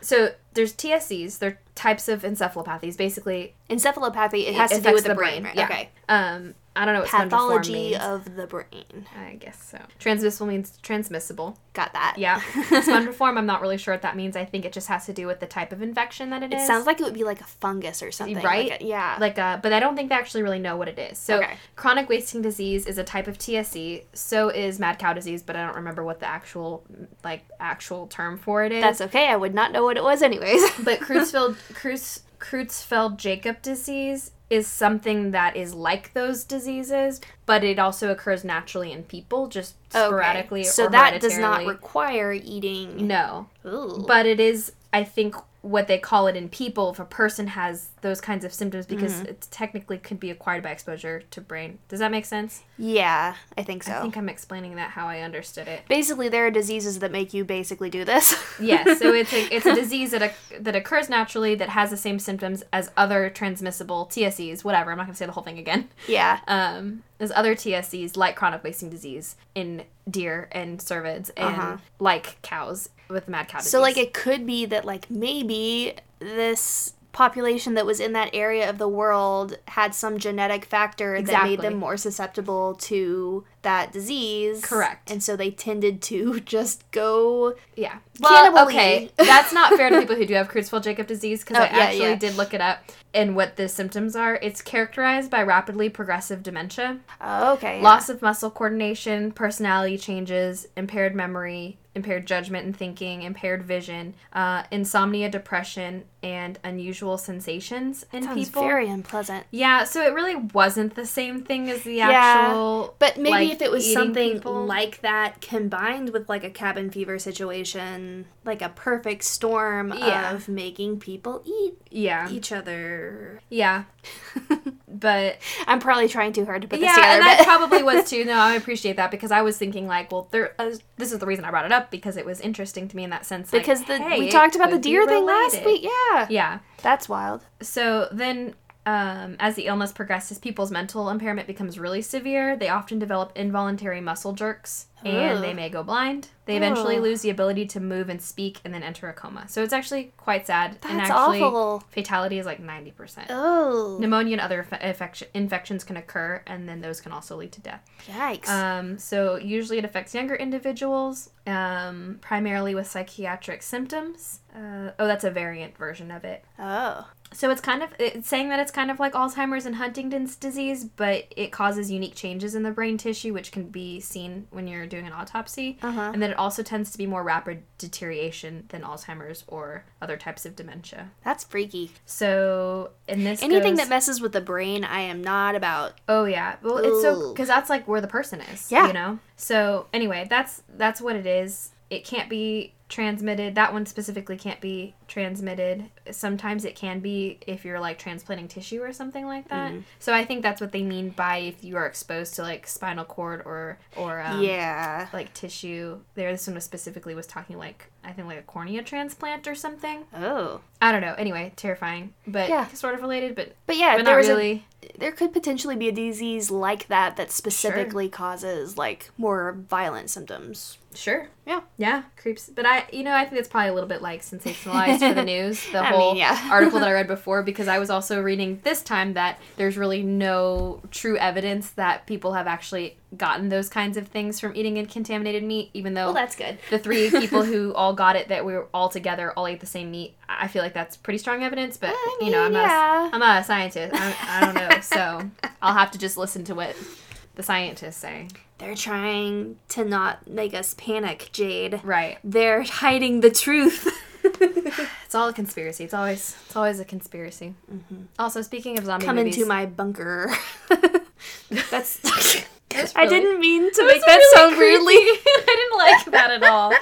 so there's TSCs they're types of encephalopathies basically
Encephalopathy. It has to do
affects
with the, brain, right?
yeah.
Okay.
um I don't know what pathology
Pathology
means.
of the brain.
I guess so transmissible means transmissible
Got that. [laughs]
yeah spongiform I'm not really sure what that means I think it just has to do with the type of infection that it
It
is.
sounds like it would be like a fungus or something. like
Right?
a- yeah.
like uh but i don't think they actually really know what it is so
Okay.
chronic wasting disease is a type of tsc so is mad cow disease but i don't remember what the actual like actual term for it is
that's okay. I would not know what it was, anyways. [laughs]
but creutzfeldt [laughs] Kreutz, creutzfeldt jacob disease is something that is like those diseases but it also occurs naturally in people just
Okay,
sporadically
So
or
that does not
hereditarily.
require eating.
no
Ooh.
but it is i think what they call it in people if a person has those kinds of symptoms because
Mm-hmm.
it technically could be acquired by exposure to brain does that make sense
yeah, I think so.
i think i'm explaining that how i understood it
basically there are diseases that make you basically do this [laughs]
yes so it's a, it's a disease that, oc- that occurs naturally that has the same symptoms as other transmissible tses whatever i'm not going to say the whole thing again [laughs]
yeah
um, as other TSCs like chronic wasting disease in deer and cervids and
Uh-huh.
like cows with mad cow disease.
so like it could be that like maybe this population that was in that area of the world had some genetic factor that made
Exactly.
them more susceptible to that disease
Correct.
and so they tended to [laughs] just go
Yeah.
Well,
Well,
Cannibally.
okay, that's not fair to people who do have Creutzfeldt-Jakob disease because I
[laughs] Oh, yeah,
actually
yeah.
did look it up and what the symptoms are. It's characterized by rapidly progressive dementia,
oh, okay yeah.
loss of muscle coordination, personality changes, impaired memory, impaired judgment and thinking, impaired vision, uh, insomnia, depression, and unusual sensations in
Sounds
people.
very unpleasant.
yeah, so it really wasn't the same thing as the
Yeah,
actual.
But maybe
like,
if it was
eating
something
people.
like that combined with like a cabin fever situation, like a perfect storm
Yeah.
of making people eat
yeah,
each other. [laughs]
yeah, but
I'm probably trying too hard to put
yeah,
this together.
and
but- [laughs]
that probably was too. No, I appreciate that because I was thinking like, well, there. Uh, this is the reason I brought it up because it was interesting to me in that sense. like,
because the
hey,
we
it
talked about the
could be
deer thing last
related.
week. Yeah.
Yeah.
That's wild.
So then, um, as the illness progresses, people's mental impairment becomes really severe. They often develop involuntary muscle jerks and
Ooh.
they may go blind. They eventually
Ooh.
lose the ability to move and speak and then enter a coma. So it's actually quite sad. and
That's
actually,
awful.
Fatality is like 90%.
Oh.
Pneumonia and other infe- infection- infections can occur, and then those can also lead to death.
Yikes.
Um, so usually it affects younger individuals, um, primarily with psychiatric symptoms. Uh, oh, that's a variant version of it.
oh.
So it's kind of it's saying that it's kind of like Alzheimer's and Huntington's disease, but it causes unique changes in the brain tissue, which can be seen when you're doing an autopsy,
Uh-huh.
and that it also tends to be more rapid deterioration than Alzheimer's or other types of dementia.
That's freaky.
So in this
Anything
goes-
that messes with the brain, I am not about.
Oh yeah. Well, it's so
Ooh.
because that's like where the person is.
Yeah.
You know. So anyway, that's that's what it is. It can't be transmitted. That one specifically can't be transmitted. Sometimes it can be if you're like transplanting tissue or something like
Mm-hmm.
that. So I think that's what they mean by if you are exposed to like spinal cord or or um,
yeah.
like tissue. There, this one was specifically was talking like I think like a cornea transplant or something.
Oh.
I don't know. Anyway, terrifying, but
Yeah.
sort of related, but
But yeah,
but
if there
not
was
really.
a, there could potentially be a disease like that that specifically causes like more violent symptoms.
Sure.
Yeah.
Yeah. Creeps. But I, you know, I think it's probably a little bit like sensationalized
[laughs]
for the news. The
I mean,
whole
yeah. [laughs]
article that I read before, because I was also reading this time that there's really no true evidence that people have actually gotten those kinds of things from eating in contaminated meat, even though
good. [laughs]
the three people who all got it that we were all together all ate the same meat. I I feel like that's pretty strong evidence, but
I
you know, I'm
mean,
not,
yeah.
a, I'm not a scientist. I'm, I don't know.
[laughs]
So I'll have to just listen to what the scientists say.
They're trying to not make us panic, Jade.
Right.
They're hiding the truth. [laughs]
It's all a conspiracy. It's always it's always a conspiracy. Also, speaking of zombie
Come
movies,
into Mm-hmm. my bunker. [laughs] That's. I
really-
didn't mean to [laughs]
That's
make that
really [laughs]
sound
creepy.
weirdly. [laughs]
I didn't like that at all.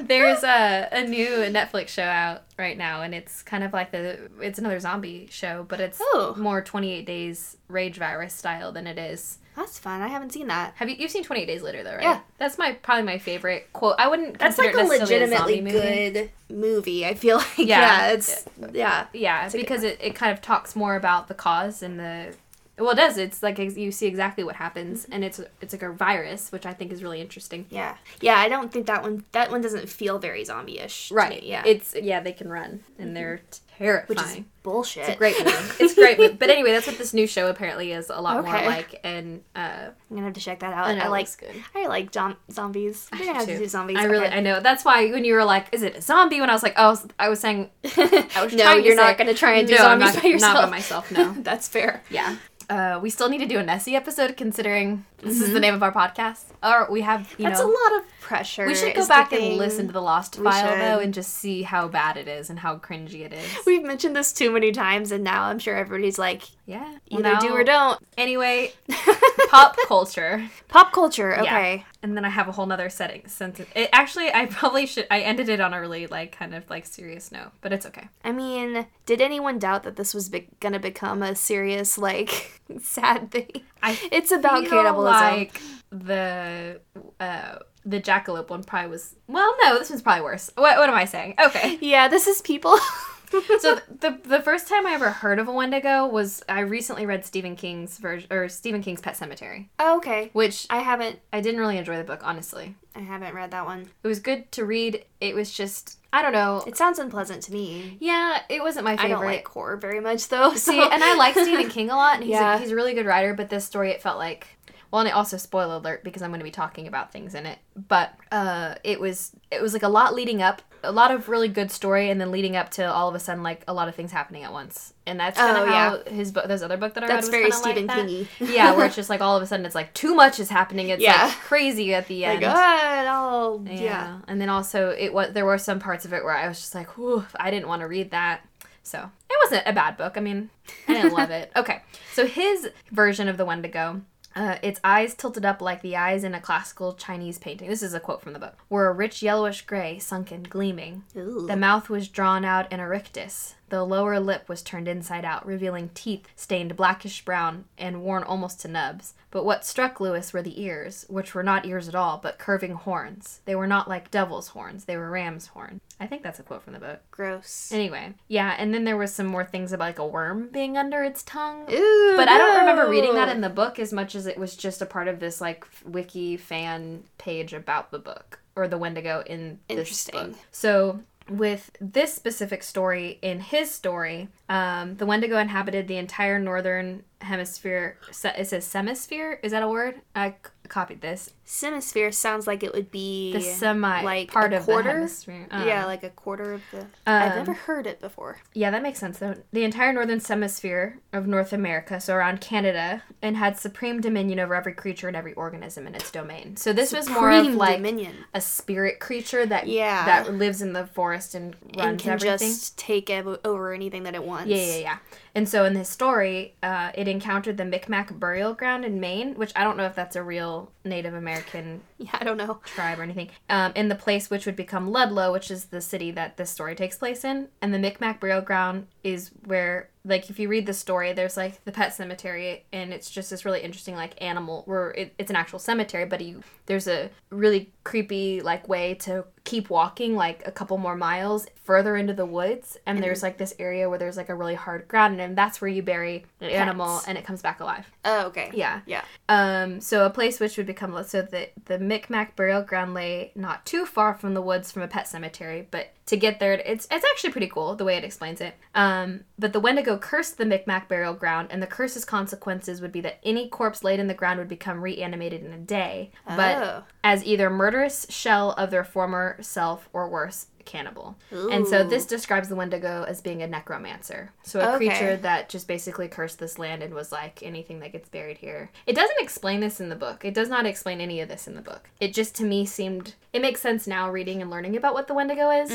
There's a a new Netflix show out right now, and it's kind of like the it's another zombie show, but it's
Oh.
more 28 Days Rage Virus style than it is.
That's fun. I haven't seen that.
Have you you've seen 28 Days Later though, right?
Yeah.
That's my probably my favorite quote. I wouldn't.
That's like
consider
a
it necessarily a
legitimately
zombie movie.
good movie. I feel [laughs] like yeah,
Yeah.
it's yeah.
Yeah,
a good
because it, it kind of talks more about the cause and the well, it does. It's like ex- you see exactly what happens, and it's it's like a virus, which I think is really interesting.
Yeah. Yeah, I don't think that one that one doesn't feel very zombie-ish. to me,
Yeah.
Yeah.
It's yeah they can run and they're terrifying.
which is bullshit.
it's a great movie. It's a great movie. But anyway, that's what this new show apparently is a lot more
Okay.
like. And
[laughs]
uh,
I'm going to have to check that out.
I know,
I
it
like
looks good.
I like zom- zombies. I'm going to have to do zombies.
I really,
okay.
I know. That's why when you were like, "Is it a zombie?" When I was like, "Oh, I was saying, [laughs] I was
No,
trying
you're
to
not
say-
gonna try and do
No, I'm
zombies
not-
by
Not by
yourself.
myself. No,
[laughs] That's fair.
Yeah. Uh, we still need to do a Nessie episode considering this is the name of our podcast. Or we have,
Mm-hmm.
you
That's
know,
a lot of pressure.
we should
is
go
the
back and
thing.
listen to the Lost file
should.
though and just see how bad it is and how cringy it is.
We've mentioned this too many times and now I'm sure everybody's like
yeah.
either
Well,
do
now-
or don't. [laughs]
Anyway, [laughs] pop culture.
Pop culture.
Yeah.
Okay.
And then I have a whole nother setting since it, it actually I probably should I ended it on a really like kind of like serious note, but it's okay.
I mean, did anyone doubt that this was be- gonna become a serious, like, [laughs] sad thing?
I
It's about
feel
cannibalism.
Like the uh the jackalope one probably was well no, this one's probably worse. What what am I saying? Okay.
yeah, this is
[laughs]
people. [laughs]
so the the first time I ever heard of a Wendigo was I recently read Stephen King's version or Stephen King's Pet Cemetery,
oh, okay.
which
I haven't.
I didn't really enjoy the book honestly.
I haven't read that one.
It was good to read. It was just I don't know.
It sounds unpleasant to me.
yeah, it wasn't my
I
favorite.
don't like horror very much, though. [laughs]
See, and I like Stephen King a lot, and he's
Yeah.
a, he's a really good writer. But this story, it felt like Well, and it also spoiler alert because I'm going to be talking about things in it. But uh, it was it was like a lot leading up, a lot of really good story, and then leading up to all of a sudden like a lot of things happening at once. And that's kind of
Oh,
how his book, this other book that I
That's
read
very
was kind of
Stephen
like
Kingy.
that. yeah,
[laughs]
where it's just like all of a sudden it's like too much is happening. It's
Yeah.
like crazy at the
Like,
end.
oh, it all.
Yeah.
yeah.
And then also it was there were some parts of it where I was just like, Whew, I didn't want to read that. So it wasn't a bad book. I mean, I didn't love it. [laughs] Okay. So his version of the Wendigo. Uh, its eyes tilted up like the eyes in a classical Chinese painting. This is a quote from the book. Were a rich yellowish gray, sunken, gleaming.
Ooh.
The mouth was drawn out in a rictus. The lower lip was turned inside out, revealing teeth stained blackish brown and worn almost to nubs. But what struck Lewis were the ears, which were not ears at all, but curving horns. They were not like devil's horns, they were ram's horn. I think that's a quote from the book.
Gross.
Anyway, yeah, and then there was some more things about like a worm being under its tongue.
Ooh,
But I don't remember
no.
reading that in the book as much as it was just a part of this like f- wiki fan page about the book or the Wendigo in this
Interesting.
book. So with this specific story in his story, um, the Wendigo inhabited the entire northern hemisphere. Se- It says semisphere. Is that a word? I c- copied this.
Semisphere sounds like it would be
The semi
like
part
a
of
quarter?
the hemisphere. Uh,
yeah, like a quarter of the. I've
Um,
never heard it before.
Yeah, that makes sense though. The entire northern hemisphere of North America, so around Canada, and had supreme dominion over every creature and every organism in its domain. So this was more of
Supreme
like
Dominion.
a spirit creature that
Yeah.
that lives in the forest and runs
and can
everything.
just take ev- over anything that it wants.
Yeah, yeah, yeah. And so in this story, uh, it encountered the Micmac burial ground in Maine, which I don't know if that's a real Native American
Yeah, [laughs] I don't know.
tribe or anything, um, in the place which would become Ludlow, which is the city that this story takes place in. And the Micmac burial ground is where, like, if you read the story, there's like the pet cemetery, and it's just this really interesting, like, animal where it, it's an actual cemetery, but you there's a really creepy, like, way to keep walking like a couple more miles further into the woods and there's like this area where there's like a really hard ground and that's where you bury an animal
Pets.
and it comes back alive
Oh, okay.
yeah
Yeah.
um, so a place which would become so the the Micmac burial ground lay not too far from the woods from a pet cemetery, but to get there, it's it's actually pretty cool the way it explains it. Um, but the Wendigo cursed the Micmac burial ground, and the curse's consequences would be that any corpse laid in the ground would become reanimated in a day, but
Oh.
as either murderous shell of their former self or worse, cannibal. And so
Ooh.
this describes the Wendigo as being a necromancer, so a
Okay.
creature that just basically cursed this land and was like anything that gets buried here. It doesn't explain this in the book. It does not explain any of this in the book. It just to me seemed it makes sense now reading and learning about what the Wendigo is.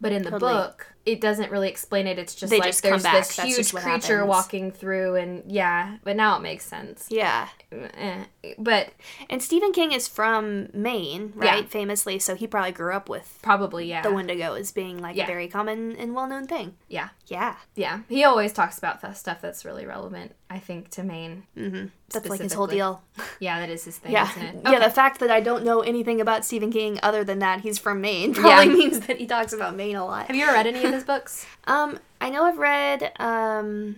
But in the
Mm-hmm. Totally.
book, it doesn't really explain it. It's just
They
like
just come
there's
back.
this
That's
huge
just what
creature
happens.
walking through, and yeah. But now it makes sense.
Yeah.
Eh. But
And Stephen King is from Maine,
Yeah.
right? Famously, so he probably grew up with
probably yeah,
the Wendigo as being like
Yeah.
a very common and well-known thing.
yeah.
Yeah.
Yeah, he always talks about that stuff that's really relevant. I think to Maine.
That's like his whole
Specifically.
deal.
Yeah, that is his thing,
Mm. Yeah.
isn't it? Oh,
Yeah, the fact that I don't know anything about Stephen King other than that he's from Maine
Yeah.
probably means that he talks about Maine a lot.
Have you ever read any of his books?
Um, I know I've read um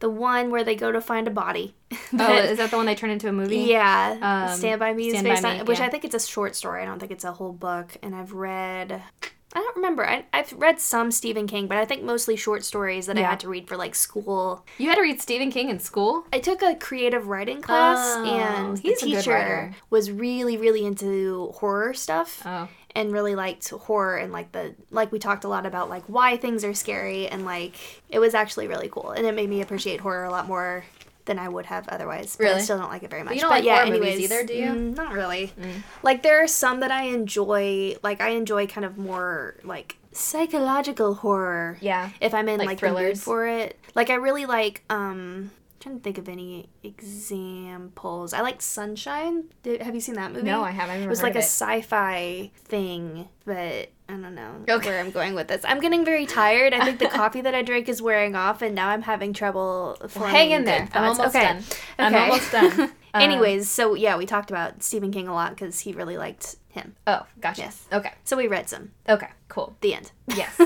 the one where they go to find a body. [laughs]
oh, is that the one they turned into a movie?
Yeah,
Um,
Stand by Me is
Stand
based
By
on,
Me,
which
yeah.
I think it's a short story. I don't think it's a whole book. And I've read, I don't remember. I, I've read some Stephen King, but I think mostly short stories that I
Yeah.
had to read for like school.
You had to read Stephen King in school?
I took a creative writing class,
Oh,
and the
he's a good
teacher
writer.
was really, really into horror stuff.
Oh.
and really liked horror and like the like we talked a lot about like why things are scary and like it was actually really cool and it made me appreciate horror a lot more than I would have otherwise. But
Really?
I still don't like it very much.
you don't like horror movies either, do you?
mm, not really. Like there are some that I enjoy. Like I enjoy kind of more like psychological horror.
Yeah.
If I'm in
Like
like, the mood
thrillers.
for it. Like I really like um I'm trying to think of any examples. I like Sunshine. Did, have you seen that movie?
No, I haven't. I've
It
never
was
heard
like
of
a
it.
sci-fi thing, but I don't know
Okay.
where I'm going with this. I'm getting very tired. I think
[laughs]
the coffee that I drank is wearing off, and now I'm having trouble. forming
hang in
good
there. I'm
thoughts.
almost
okay.
done. I'm
Okay. [laughs]
almost done. Um,
Anyways, so yeah, we talked about Stephen King a lot because he really liked him.
Oh, gotcha.
Yes.
Okay.
So we read some.
Okay. Cool.
The
[laughs]
end.
Yes.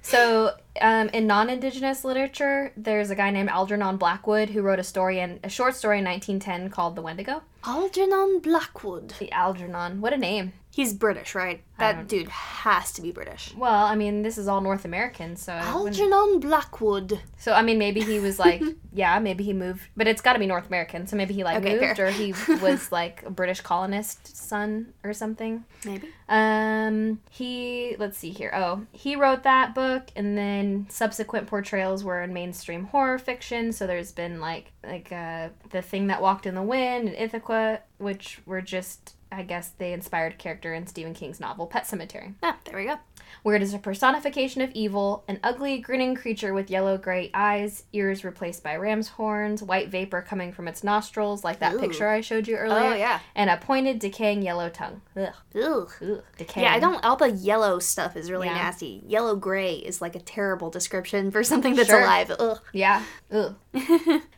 so, um, in non-indigenous literature, there's a guy named Algernon Blackwood who wrote a story in a short story in 1910 called The Wendigo.
Algernon Blackwood.
The Algernon, what a name!
He's British, right? That dude has to be British.
Well, I mean, this is all North American, so I wouldn't-
Algernon Blackwood.
so I mean, maybe he [laughs] was like, yeah, maybe he moved, but it's got to be North American, so maybe he like
Okay,
moved
fair.
or [laughs] he was like a British colonist son or something.
Maybe.
Um, he let's see here. Oh, he wrote that book, and then subsequent portrayals were in mainstream horror fiction. So there's been like like uh, the thing that walked in the wind and Ithaca, which were just I guess they inspired character in Stephen King's novel Pet Cemetery,
Ah, there we go.
where it is a personification of evil, an ugly grinning creature with yellow gray eyes, ears replaced by ram's horns, white vapor coming from its nostrils, like that
Ooh.
picture I showed you earlier.
Oh, yeah.
and a pointed decaying yellow tongue. Ugh,
Ugh.
ugh, decaying.
Yeah, I don't. All the yellow stuff is really
Yeah.
nasty. Yellow gray is like a terrible description for something that's
Sure.
alive. Ugh.
Yeah. Ugh.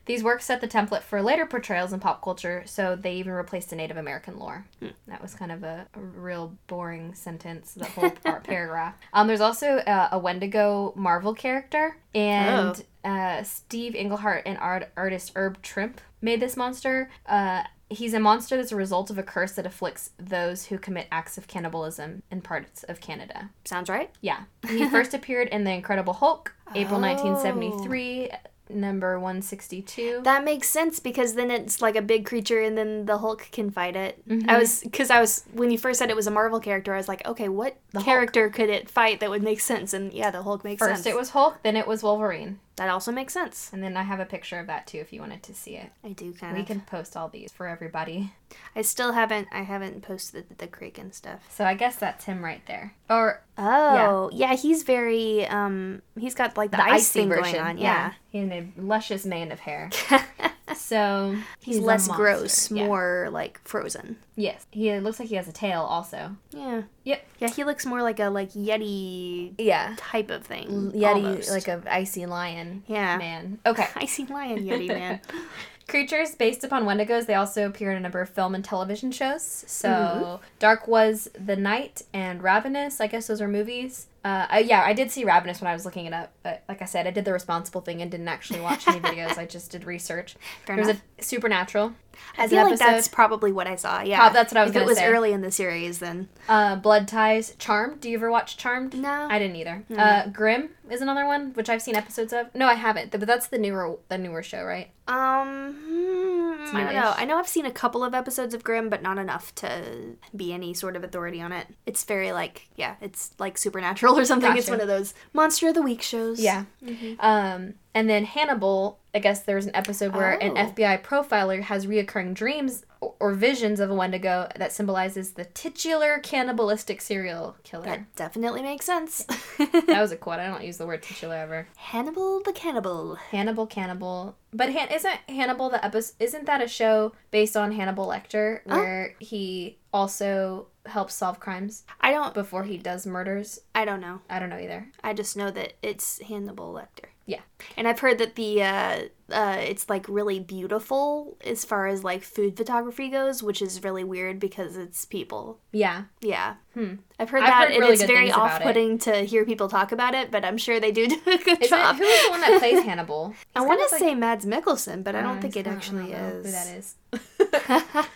These works set the template for later portrayals in pop culture, so they even replaced the Native American lore. That was kind of a, a real boring sentence, the whole [laughs] par- paragraph. Um, there's also uh, a Wendigo Marvel character, and uh, Steve Englehart and art- artist Herb Trimp made this monster. Uh, he's a monster that's a result of a curse that afflicts those who commit acts of cannibalism in parts of Canada.
Sounds right. [laughs]
Yeah. He first appeared in The Incredible Hulk, April 1973, number 162.
That makes sense because then it's like a big creature, and then the Hulk can fight it.
Mm-hmm.
I was because I was when you first said it was a Marvel character, I was like, okay, what
Hulk.
character could it fight that would make sense? And yeah, the Hulk makes
First
sense.
it was Hulk, then it was Wolverine.
that also makes sense.
And then I have a picture of that too if you wanted to see it.
I do kind
We
of.
can post all these for everybody.
I still haven't. I haven't posted the, the Kraken stuff.
So I guess that's him right there. Or
Oh yeah, he's very. Um, he's got like the,
the
ice
icy
thing
version.
going on. Yeah,
He's a luscious mane
[laughs]
of hair. so
he's,
a
less
monster.
gross,
Yeah.
more like frozen.
Yes. He looks like he has a tail also.
Yeah.
Yep.
Yeah, he looks more like a like yeti
Yeah.
type of thing.
Yeti
almost.
like a icy lion.
Yeah. [laughs]
Man. Okay.
icy lion
[laughs]
yeti man.
creatures based upon Wendigos. They also appear in a number of film and television shows. So
Mm-hmm.
Dark was the Night and Ravenous. I guess those are movies. Uh, I- yeah, I did see Ravenous when I was looking it up, but like I said, I did the responsible thing and didn't actually
[laughs]
watch any videos. I just did research.
Fair
There's
enough.
a Supernatural.
I
as
feel
an
like that's
episode.
probably what I saw. Yeah,
Prob- that's what I was
If
gonna
it was
say.
early in the series, then
Uh, Blood Ties, Charmed. Do you ever watch Charmed?
No.
I didn't either. Uh, Grimm is another one which I've seen episodes of. No, I haven't. But that's the newer the newer show, right?
um, hmm, I don't know.
newish.
I know I've seen a couple of episodes of Grimm, but not enough to be any sort of authority on it. It's very like yeah, it's like supernatural or something. It's
Gotcha.
one of those monster of the week shows.
Yeah. Um, and then Hannibal, I guess there's an episode where an
Oh.
FBI profiler has reoccurring dreams or, or visions of a Wendigo that symbolizes the titular cannibalistic serial killer. [laughs] That,
that definitely makes sense. [laughs]
was a quote. I don't use the word titular ever.
Hannibal the cannibal.
Hannibal, cannibal. But Han- isn't Hannibal the episode? Isn't that a show based on Hannibal Lecter
Oh.
where he also helps solve crimes
I don't.
before he does murders?
I don't know.
I don't know either.
I just know that it's Hannibal Lecter.
Yeah.
And I've heard that the uh, uh, it's like really beautiful as far as like food photography goes, which is really weird because it's people.
Yeah.
Yeah. Hmm. I've heard
I've
that,
heard
and
really
it's
good
very
things about it.
off-putting to hear people talk about it, but I'm sure they do do a good
Is it,
job.
who is the one
[laughs]
that plays Hannibal?
I
He's
want
kind of
to
like-
say Mads Mikkelsen, but I don't
Uh,
think
it's
it
not- I
actually
don't know
is.
Who that is?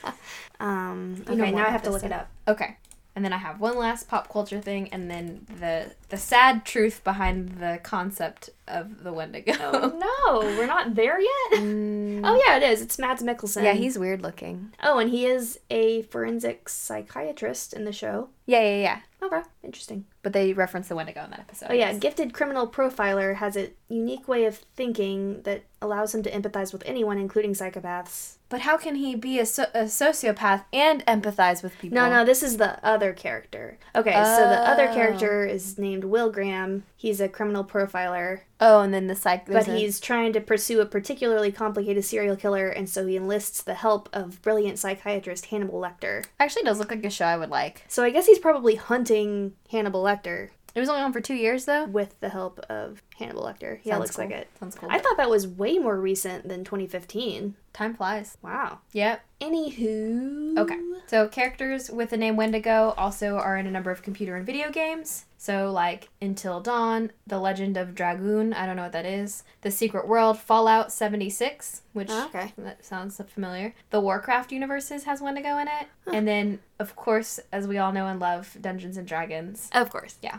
Um, okay,
know more
now I
about
have to
this
look it
stuff.
up.
Okay. And then I have one last pop culture thing, and then the the sad truth behind the concept of the [laughs] Wendigo.
No, we're not there yet.
Mm.
oh yeah, it is. It's Mads Mikkelsen.
weird looking.
oh, and he is a forensic psychiatrist in the show.
Yeah, yeah, yeah.
Okay, interesting.
But they reference the Wendigo in that episode.
Oh yeah, gifted criminal profiler has a unique way of thinking that allows him to empathize with anyone, including psychopaths.
But how can he be a, so- a sociopath and empathize with people?
No, no, this is the other character. Okay, so the other
Oh.
character is named Will Graham. He's a criminal profiler,
Oh, and then the psych.
but he's trying to pursue a particularly complicated serial killer, and so he enlists the help of brilliant psychiatrist Hannibal Lecter.
actually does look like a show I would like.
So I guess he's probably hunting Hannibal Lecter
It was only on for two years though.
with the help of Hannibal Lecter. yeah,
Sounds
looks like
cool.
it.
Sounds cool.
I thought that was way more recent than 2015.
Time flies.
Wow.
Yep.
Anywho.
Okay. So characters with the name Wendigo also are in a number of computer and video games. So, like, Until Dawn, The Legend of Dragoon, I don't know what that is, The Secret World, Fallout 76, which
Oh, okay.
that sounds familiar. The Warcraft universes has Wendigo in it. And then, of course, as we all know and love, Dungeons
[laughs]
and Dragons.
Of course.
Yeah.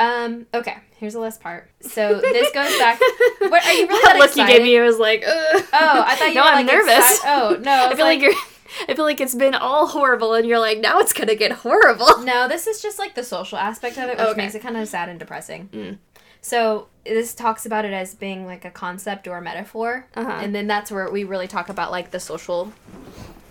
um, okay, here's the last part. So, this goes
[laughs]
back. What, are you really
That
that
look
excited?
you gave me was like, Ugh.
Oh, I thought you
no,
were
I'm
like,
nervous.
exci- oh, no, I
[laughs] I
was
feel like,
like-
you're. [laughs] I feel like it's been all horrible, and you're like, now it's gonna get horrible.
No, this is just like the social aspect of it, which
Oh, Okay.
makes it kind of sad and depressing.
Mm.
So this talks about it as being like a concept or a metaphor,
Uh-huh.
and then that's where we really talk about like the social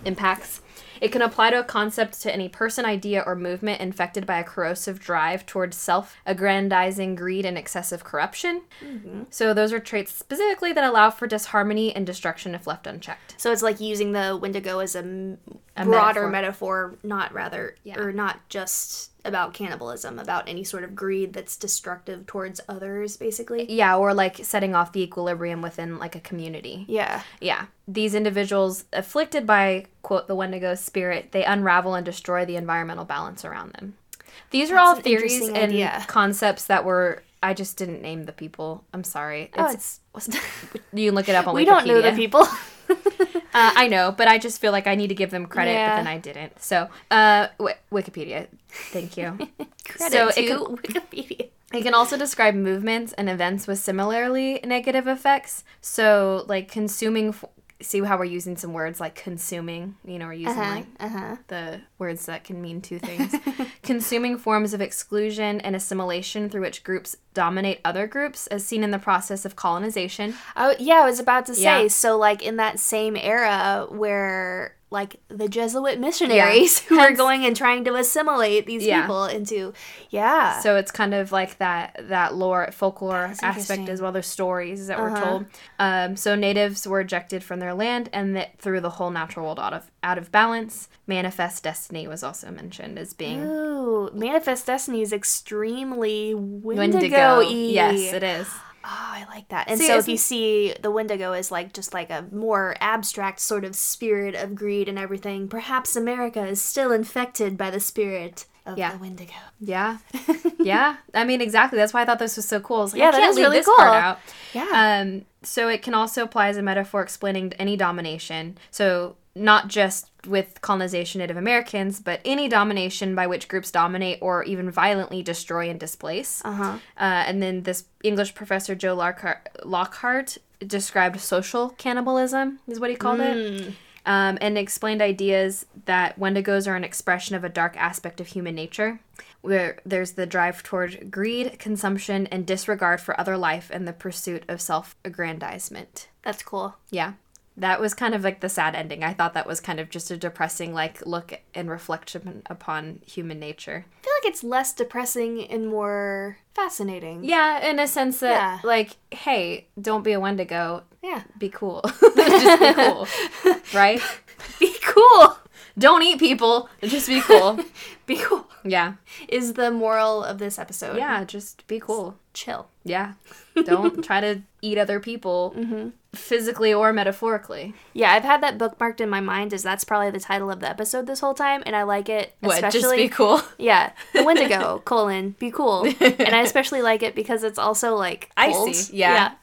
impacts. It can apply to a concept to any person, idea, or movement infected by a corrosive drive towards self aggrandizing, greed, and excessive corruption.
Mm-hmm.
So, those are traits specifically that allow for disharmony and destruction if left unchecked.
[laughs] So it's like using the Wendigo as a, m-
A
broader metaphor. not rather,
Yeah.
or not just about cannibalism, about any sort of greed that's destructive towards others, basically.
Yeah, or like setting off the equilibrium within like a community.
Yeah.
Yeah. These individuals, afflicted by, quote, the Wendigo spirit, they unravel and destroy the environmental balance around them. These are all
an
theories
interesting
and
idea.
concepts that were. I just didn't name the people. I'm sorry.
Oh,
It's,
[laughs]
you can look it up on
we
Wikipedia.
don't know the people. [laughs]
Uh, I know, but I just feel like I need to give them credit, but
Yeah.
then I didn't. So, uh, w- Wikipedia.
[laughs]
Thank you.
Credit
it
to [laughs] Wikipedia.
It can also describe movements and events with similarly negative effects. So, like consuming, f- see how we're using some words like consuming, you know, we're using like
Uh huh.
the words that can mean two things. [laughs] consuming forms of exclusion and assimilation through which groups dominate other groups, as seen in the process of colonization.
Oh yeah, I was about to say.
Yeah.
So like in that same era where like the Jesuit missionaries [laughs] who were
Hence-
going and trying to assimilate these
Yeah.
people into yeah.
So it's kind of like that that lore folklore aspect
interesting.
as well. There's stories that were
Uh-huh.
told. Um, so natives were ejected from their land, and that threw the whole natural world out of out of balance. Manifest destiny was also mentioned as
Mm,
being
Ooh, Manifest Destiny is extremely
Wendigo.
Wendigo.
Yes, it is.
Oh, I like that. And
See,
so if
isn't-
you see the Wendigo as like just like a more abstract sort of spirit of greed and everything, perhaps America is still infected by the spirit of
Yeah.
the Wendigo. [laughs]
Yeah, yeah. I mean, exactly. That's why I thought this was so cool. I was like,
Yeah,
I
that
can't
is
leave
really
this part
cool.
out.
Yeah.
Um, so it can also apply as a metaphor explaining any domination. So not just with colonization Native Americans, but any domination by which groups dominate or even violently destroy and displace.
Uh huh.
Uh, and then this English professor Joe Lockhart, Lockhart described social cannibalism is what he called
Mm.
it, um, and explained ideas that Wendigos are an expression of a dark aspect of human nature, where there's the drive toward greed, consumption, and disregard for other life, and the pursuit of self-aggrandizement.
That's cool.
Yeah. That was kind of like the sad ending. I thought that was kind of just a depressing like look and reflection upon human nature.
I feel like it's less depressing and more fascinating.
Yeah, in a sense that
Yeah.
like, hey, don't be a Wendigo.
Yeah.
[laughs] Be cool. just be cool. right?
Be cool.
Don't eat people. Just be cool.
Be cool
yeah.
is the moral of this episode.
Yeah, just be cool.
Chill.
Yeah. Don't try to eat other people
Mm-hmm.
physically or metaphorically.
Yeah, I've had that bookmarked in my mind as that's probably the title of the episode this whole time, and I like it
What?
especially.
Just
[laughs]
be cool.
Yeah, the
[laughs]
Wendigo colon be cool, and I especially like it because it's also like cold.
Icy, yeah.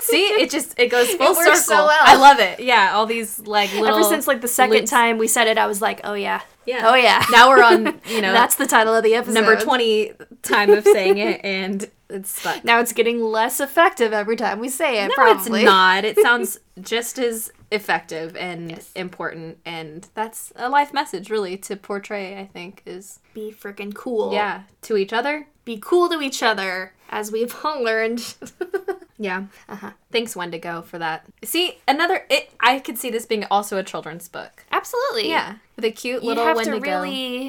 See, it just it goes full circle.
works so well.
I love it. Yeah, all these like
[laughs]
little
Ever since like the second
loops.
time we said it, I was like, oh yeah,
Yeah.
oh yeah.
[laughs] Now we're on, you
[laughs]
know,
that's the title of the episode.
number 20 time of saying it and it's
[laughs]
stuck.
Now it's getting less effective every time we say it.
No,
probably
it's not. It sounds [laughs] just as effective and important, and that's a life message, really, to portray. I think is
Be freaking cool.
yeah to each other.
Be cool to each other, as we've [laughs] all learned.
Yeah. Uh-huh. Thanks, Wendigo, for that. See, another. It. I could see this being also a children's book.
Absolutely.
Yeah, with a cute
You
little
have
Wendigo.
to really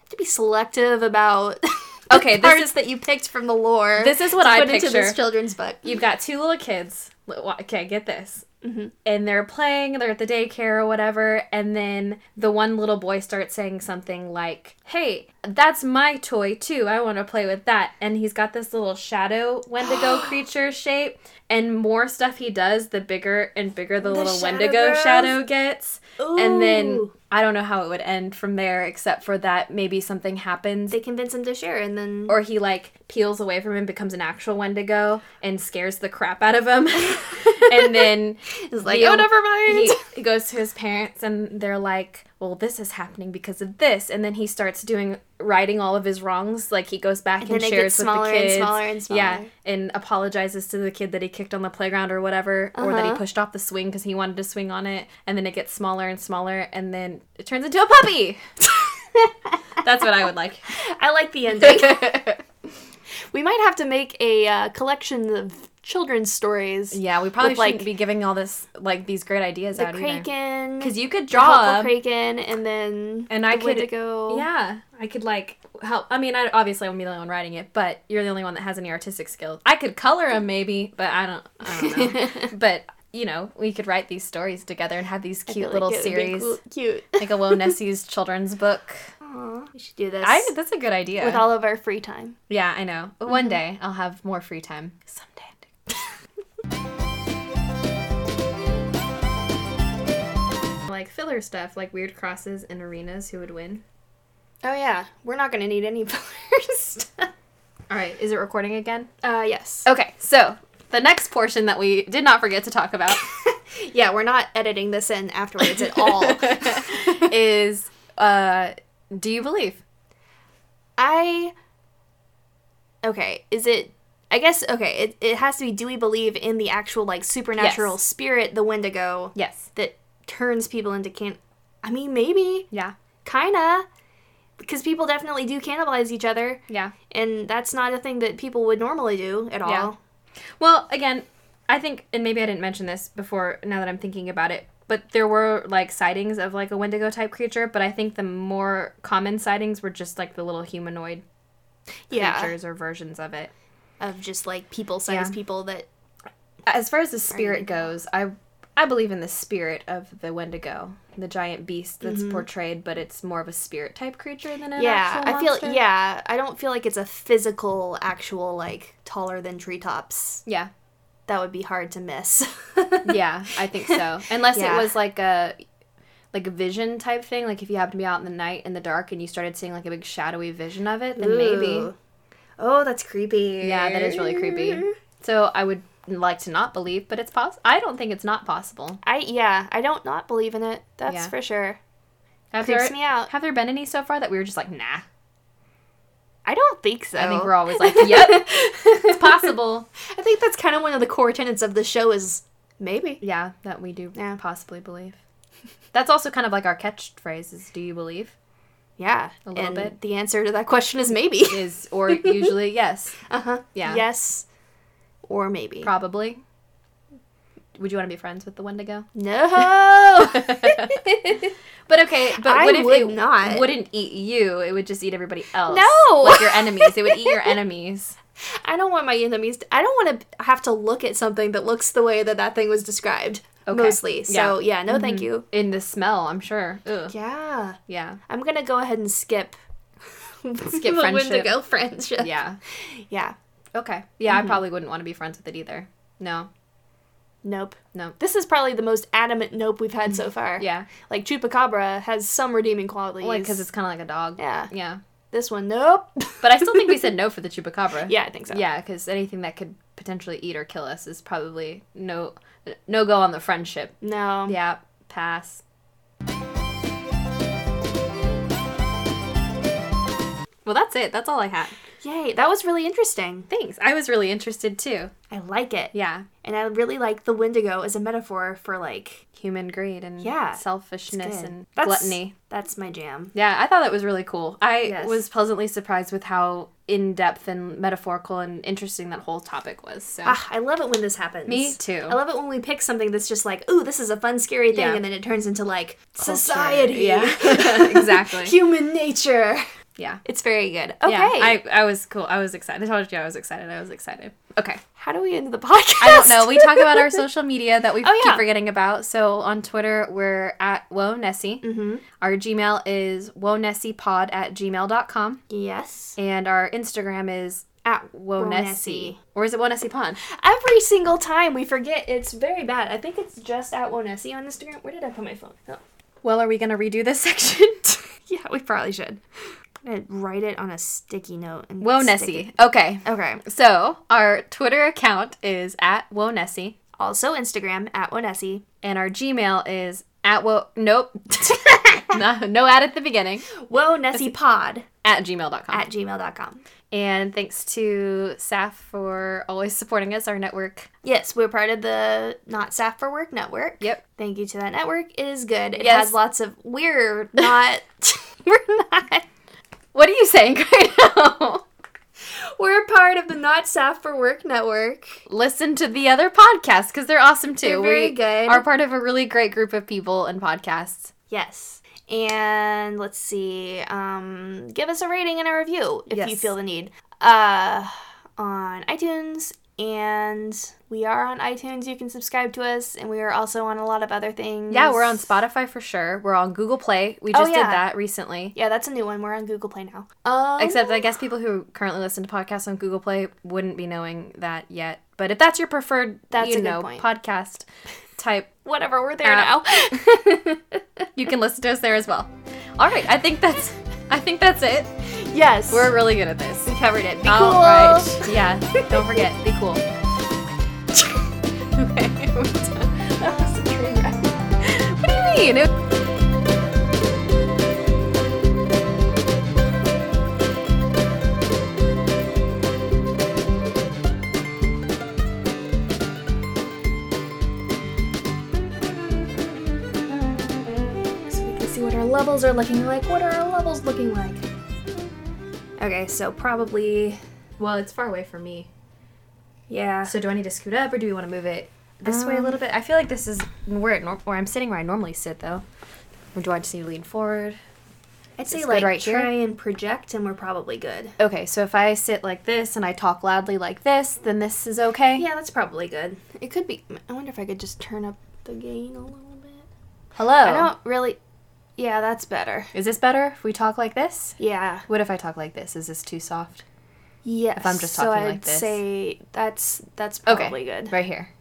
have to be selective about. [laughs]
Okay,
the
this
parts
is-
that you picked from the lore.
This is what
to
I
put into
picture.
this children's book.
You've got two little kids. Li- wa- Okay, get this.
Mm-hmm.
and they're playing, they're at the daycare or whatever, and then the one little boy starts saying something like, Hey, that's my toy too. I want to play with that. And he's got this little shadow
[gasps]
Wendigo creature shape, and more stuff he does, the bigger and bigger the, little
shadow
Wendigo
grows.
shadow gets. And then
Ooh.
I don't know how it would end from there, except for that maybe something happens
They convince him to share, and then
or he like peels away from him, becomes an actual Wendigo, and scares the crap out of him. [laughs]
[laughs]
and then
is like,
the-
"Oh, never mind."
He, he goes to his parents, and they're like, "Well, this is happening because of this." And then he starts doing righting all of his wrongs. Like he goes back and,
then it gets
shares with
smaller
the
and
kids,
smaller and
yeah,
smaller.
and apologizes to the kid that he kicked on the playground or whatever, or that he
Uh-huh.
pushed off the swing because he wanted to swing on it. And then it gets smaller and smaller, and then it turns into
[laughs]
a puppy. That's what I would like.
I like the
[laughs]
ending. we might have to make a uh, collection of children's stories.
Yeah, we probably
With,
shouldn't
like,
be giving all this like these great ideas
The
out either.
Kraken,
Because you could
the
draw,
helpful Kraken, and then
and I
the
could
Wendigo. [laughs]
Yeah, I could like help. I mean, I obviously wouldn't be the only one writing it, but you're the only one that has any artistic skills. I could color them maybe, but I don't. I don't
[laughs]
know. but you know, we could write these stories together and have these
I feel
cute
like
little
it would be
series,
cool- cute.
like
[laughs]
a Will Nessie's children's book.
Aw, we should do this
I that's a good idea.
with all of our free time.
yeah, I know. One day I'll have more free time. Mm-hmm. [laughs] Someday. Like filler stuff, like weird crosses and arenas, who would win?
Oh yeah, we're not gonna need any [laughs] first.
All right, is it recording again?
uh, yes.
Okay, so the next portion that we did not forget to talk [laughs] about
Yeah, we're not editing this in afterwards at [laughs] all.
is uh, do you believe?
I okay. Is it? I guess okay. It it has to be. Do we believe in the actual like supernatural
Yes.
spirit, the Wendigo,
Yes.
that turns people into can? I mean, maybe
Yeah.
kinda, because people definitely do cannibalize each other,
Yeah.
and that's not a thing that people would normally do at all.
Yeah. Well, again, I think, and maybe I didn't mention this before. Now that I'm thinking about it, but there were like sightings of like a Wendigo type creature, but I think the more common sightings were just like the little humanoid
Yeah,
creatures or versions of it.
of just like people-sized
Yeah.
people that
As far as the spirit goes, I I believe in the spirit of the Wendigo, the giant beast that's portrayed, but it's more of a spirit type creature than an
Yeah,
actual
I feel
monster.
yeah, I don't feel like it's a physical actual like taller than treetops.
yeah.
That would be hard to miss. [laughs]
yeah, I think so. Unless
Yeah.
it was like a like a vision type thing, like if you happened to be out in the night in the dark and you started seeing like a big shadowy vision of it, then maybe.
Ooh. Oh, that's creepy.
Yeah, that is really creepy. So I would like to not believe, but it's possible. I don't think it's not possible.
I yeah, I don't not believe in it. That's
Yeah.
for sure.
Have
Creeps
there,
me out.
Have there been any so far that we were just like, nah?
I don't think so.
I think we're always like, yep,
[laughs]
it's possible.
I think that's kind of one of the core tenets of the show is maybe.
Yeah, that we do
Yeah.
possibly believe. That's also kind of like our catchphrase is, do you believe?
Yeah,
A little
and
bit.
The answer to that question is maybe. [laughs]
Is, or usually, yes,
Uh huh.
Yeah.
Yes, or maybe.
probably. Would you want to be friends with
[laughs]
the Wendigo? [laughs]
no. [laughs]
But okay, but
I
what if
would
it
not.
wouldn't eat you? It would just eat everybody else.
No!
like your enemies. It would eat your
[laughs]
enemies.
I don't want my enemies. To, I don't want to have to look at something that looks the way that that thing was described.
Okay. Mm-hmm.
Mostly. So yeah, no, thank you.
In the smell, I'm sure. Ugh. Yeah.
Yeah, [laughs]
yeah,
I'm gonna go ahead and skip. [laughs]
Skip
the
friendship.
Wendigo friendship. [laughs] Yeah.
Okay. Yeah,
Mm-hmm.
I probably wouldn't want to be friends with it either. No,
Nope.
no.
This is probably the most adamant nope we've had so far.
Mm-hmm. Yeah,
Like Chupacabra has some redeeming qualities.
like because it's kind of like a dog.
yeah.
yeah.
This one, nope. [laughs]
But I still think we said no for the chupacabra.
yeah, I think so.
yeah, because anything that could potentially eat or kill us is probably no, no go on the friendship.
No.
Yeah, pass. Well, that's it. That's all I had.
Yay, that was really interesting.
Thanks. I was really interested too.
I like it.
Yeah.
And I really like the Wendigo as a metaphor for like
Human greed and
Yeah,
selfishness
good.
and
Mm. That's-
gluttony.
that's my jam.
Yeah, I thought that was really cool. I
Yes.
was pleasantly surprised with how in depth and metaphorical and interesting that whole topic was. So [laughs]
Ah, I love it when this happens.
Me too.
I love it when we pick something that's just like, ooh, this is a fun, scary thing, [laughs]
Yeah.
and then it turns into like society,
yeah, exactly.
human nature.
[laughs] Yeah.
It's very good. Okay.
Yeah, I, I was cool. I was excited. I told you I was excited. I was excited. Okay.
How do we end the podcast?
I don't know. We talk
[laughs]
about [laughs] our social media that we
Oh,
keep
yeah.
forgetting about. So on Twitter, we're at Whoa Nessie. Mm-hmm. Our Gmail is WoNessiePod at gmail.com.
yes.
And our Instagram is at Whoa Nessie.
WoNessie.
Or is it Whoa Nessie Pod?
Every single time we forget. It's very bad. I think it's just at Wonessie on Instagram. Where did I put my phone? Oh.
Well, are we going to redo this [laughs] section?
Yeah, we probably should. I'm gonna write it on a sticky note and
Whoa
stick
Nessie. Okay.
it. Okay.
So our Twitter account is at Whoa Nessie.
Also Instagram at Wonessie.
And our Gmail is at Whoa. Nope. [laughs] no, no ad at the beginning.
Whoa Nessie Pod
At gmail.com.
at gmail.com.
And thanks to SAF for always supporting us, our network.
Yes, we're part of the Not Staff for Work network.
Yep.
Thank you to that network. It is good. It
Yes.
has lots of we're not [laughs] we're not
What are you saying [laughs] right now?
we're part of the Not Staff for Work network.
Listen to the other podcasts because they're awesome too.
They're very good.
Are part of a really great group of people and podcasts.
Yes. And let's see. Um, give us a rating and a review if you
Yes.
feel the need. Uh, on iTunes. And we are on iTunes. You can subscribe to us. And we are also on a lot of other things.
Yeah, we're on Spotify for sure. We're on Google Play. We
Oh,
just did
yeah.
that recently.
Yeah, that's a new one. We're on Google Play now. Um,
Except I guess people who currently listen to podcasts on Google Play wouldn't be knowing that yet. But if that's your preferred,
That's
you
a good
know,
point.
podcast type,
whatever, we're there
App.
now. [laughs]
you can listen to us there as well. All right, I think that's I think that's it.
yes.
We're really good at this. We covered it. Be
cool.
[laughs] Yeah. Don't forget. Be [laughs] cool. okay. we're done. That was a train wreck. [laughs] What do you mean? It-
so we can see what our levels are looking like. What are our levels looking like? Okay, so probably,
well, it's far away from me.
yeah.
So do I need to scoot up or do we want to move it this way a
Um,
little bit? I feel like this is where it nor- where I'm sitting where I normally sit though. Or do I just need to lean forward?
I'd say
it's good
like
right here.
try and project, and we're probably good.
Okay, so if I sit like this and I talk loudly like this, then this is okay.
Yeah, that's probably good. It could be. I wonder if I could just turn up the gain a little bit.
Hello.
I don't really. Yeah, that's better.
Is this better if we talk like this?
Yeah.
What if I talk like this? Is this too soft?
Yes.
I'm just
so
talking
I'd
like this.
say that's that's
Okay.
probably good.
Right here.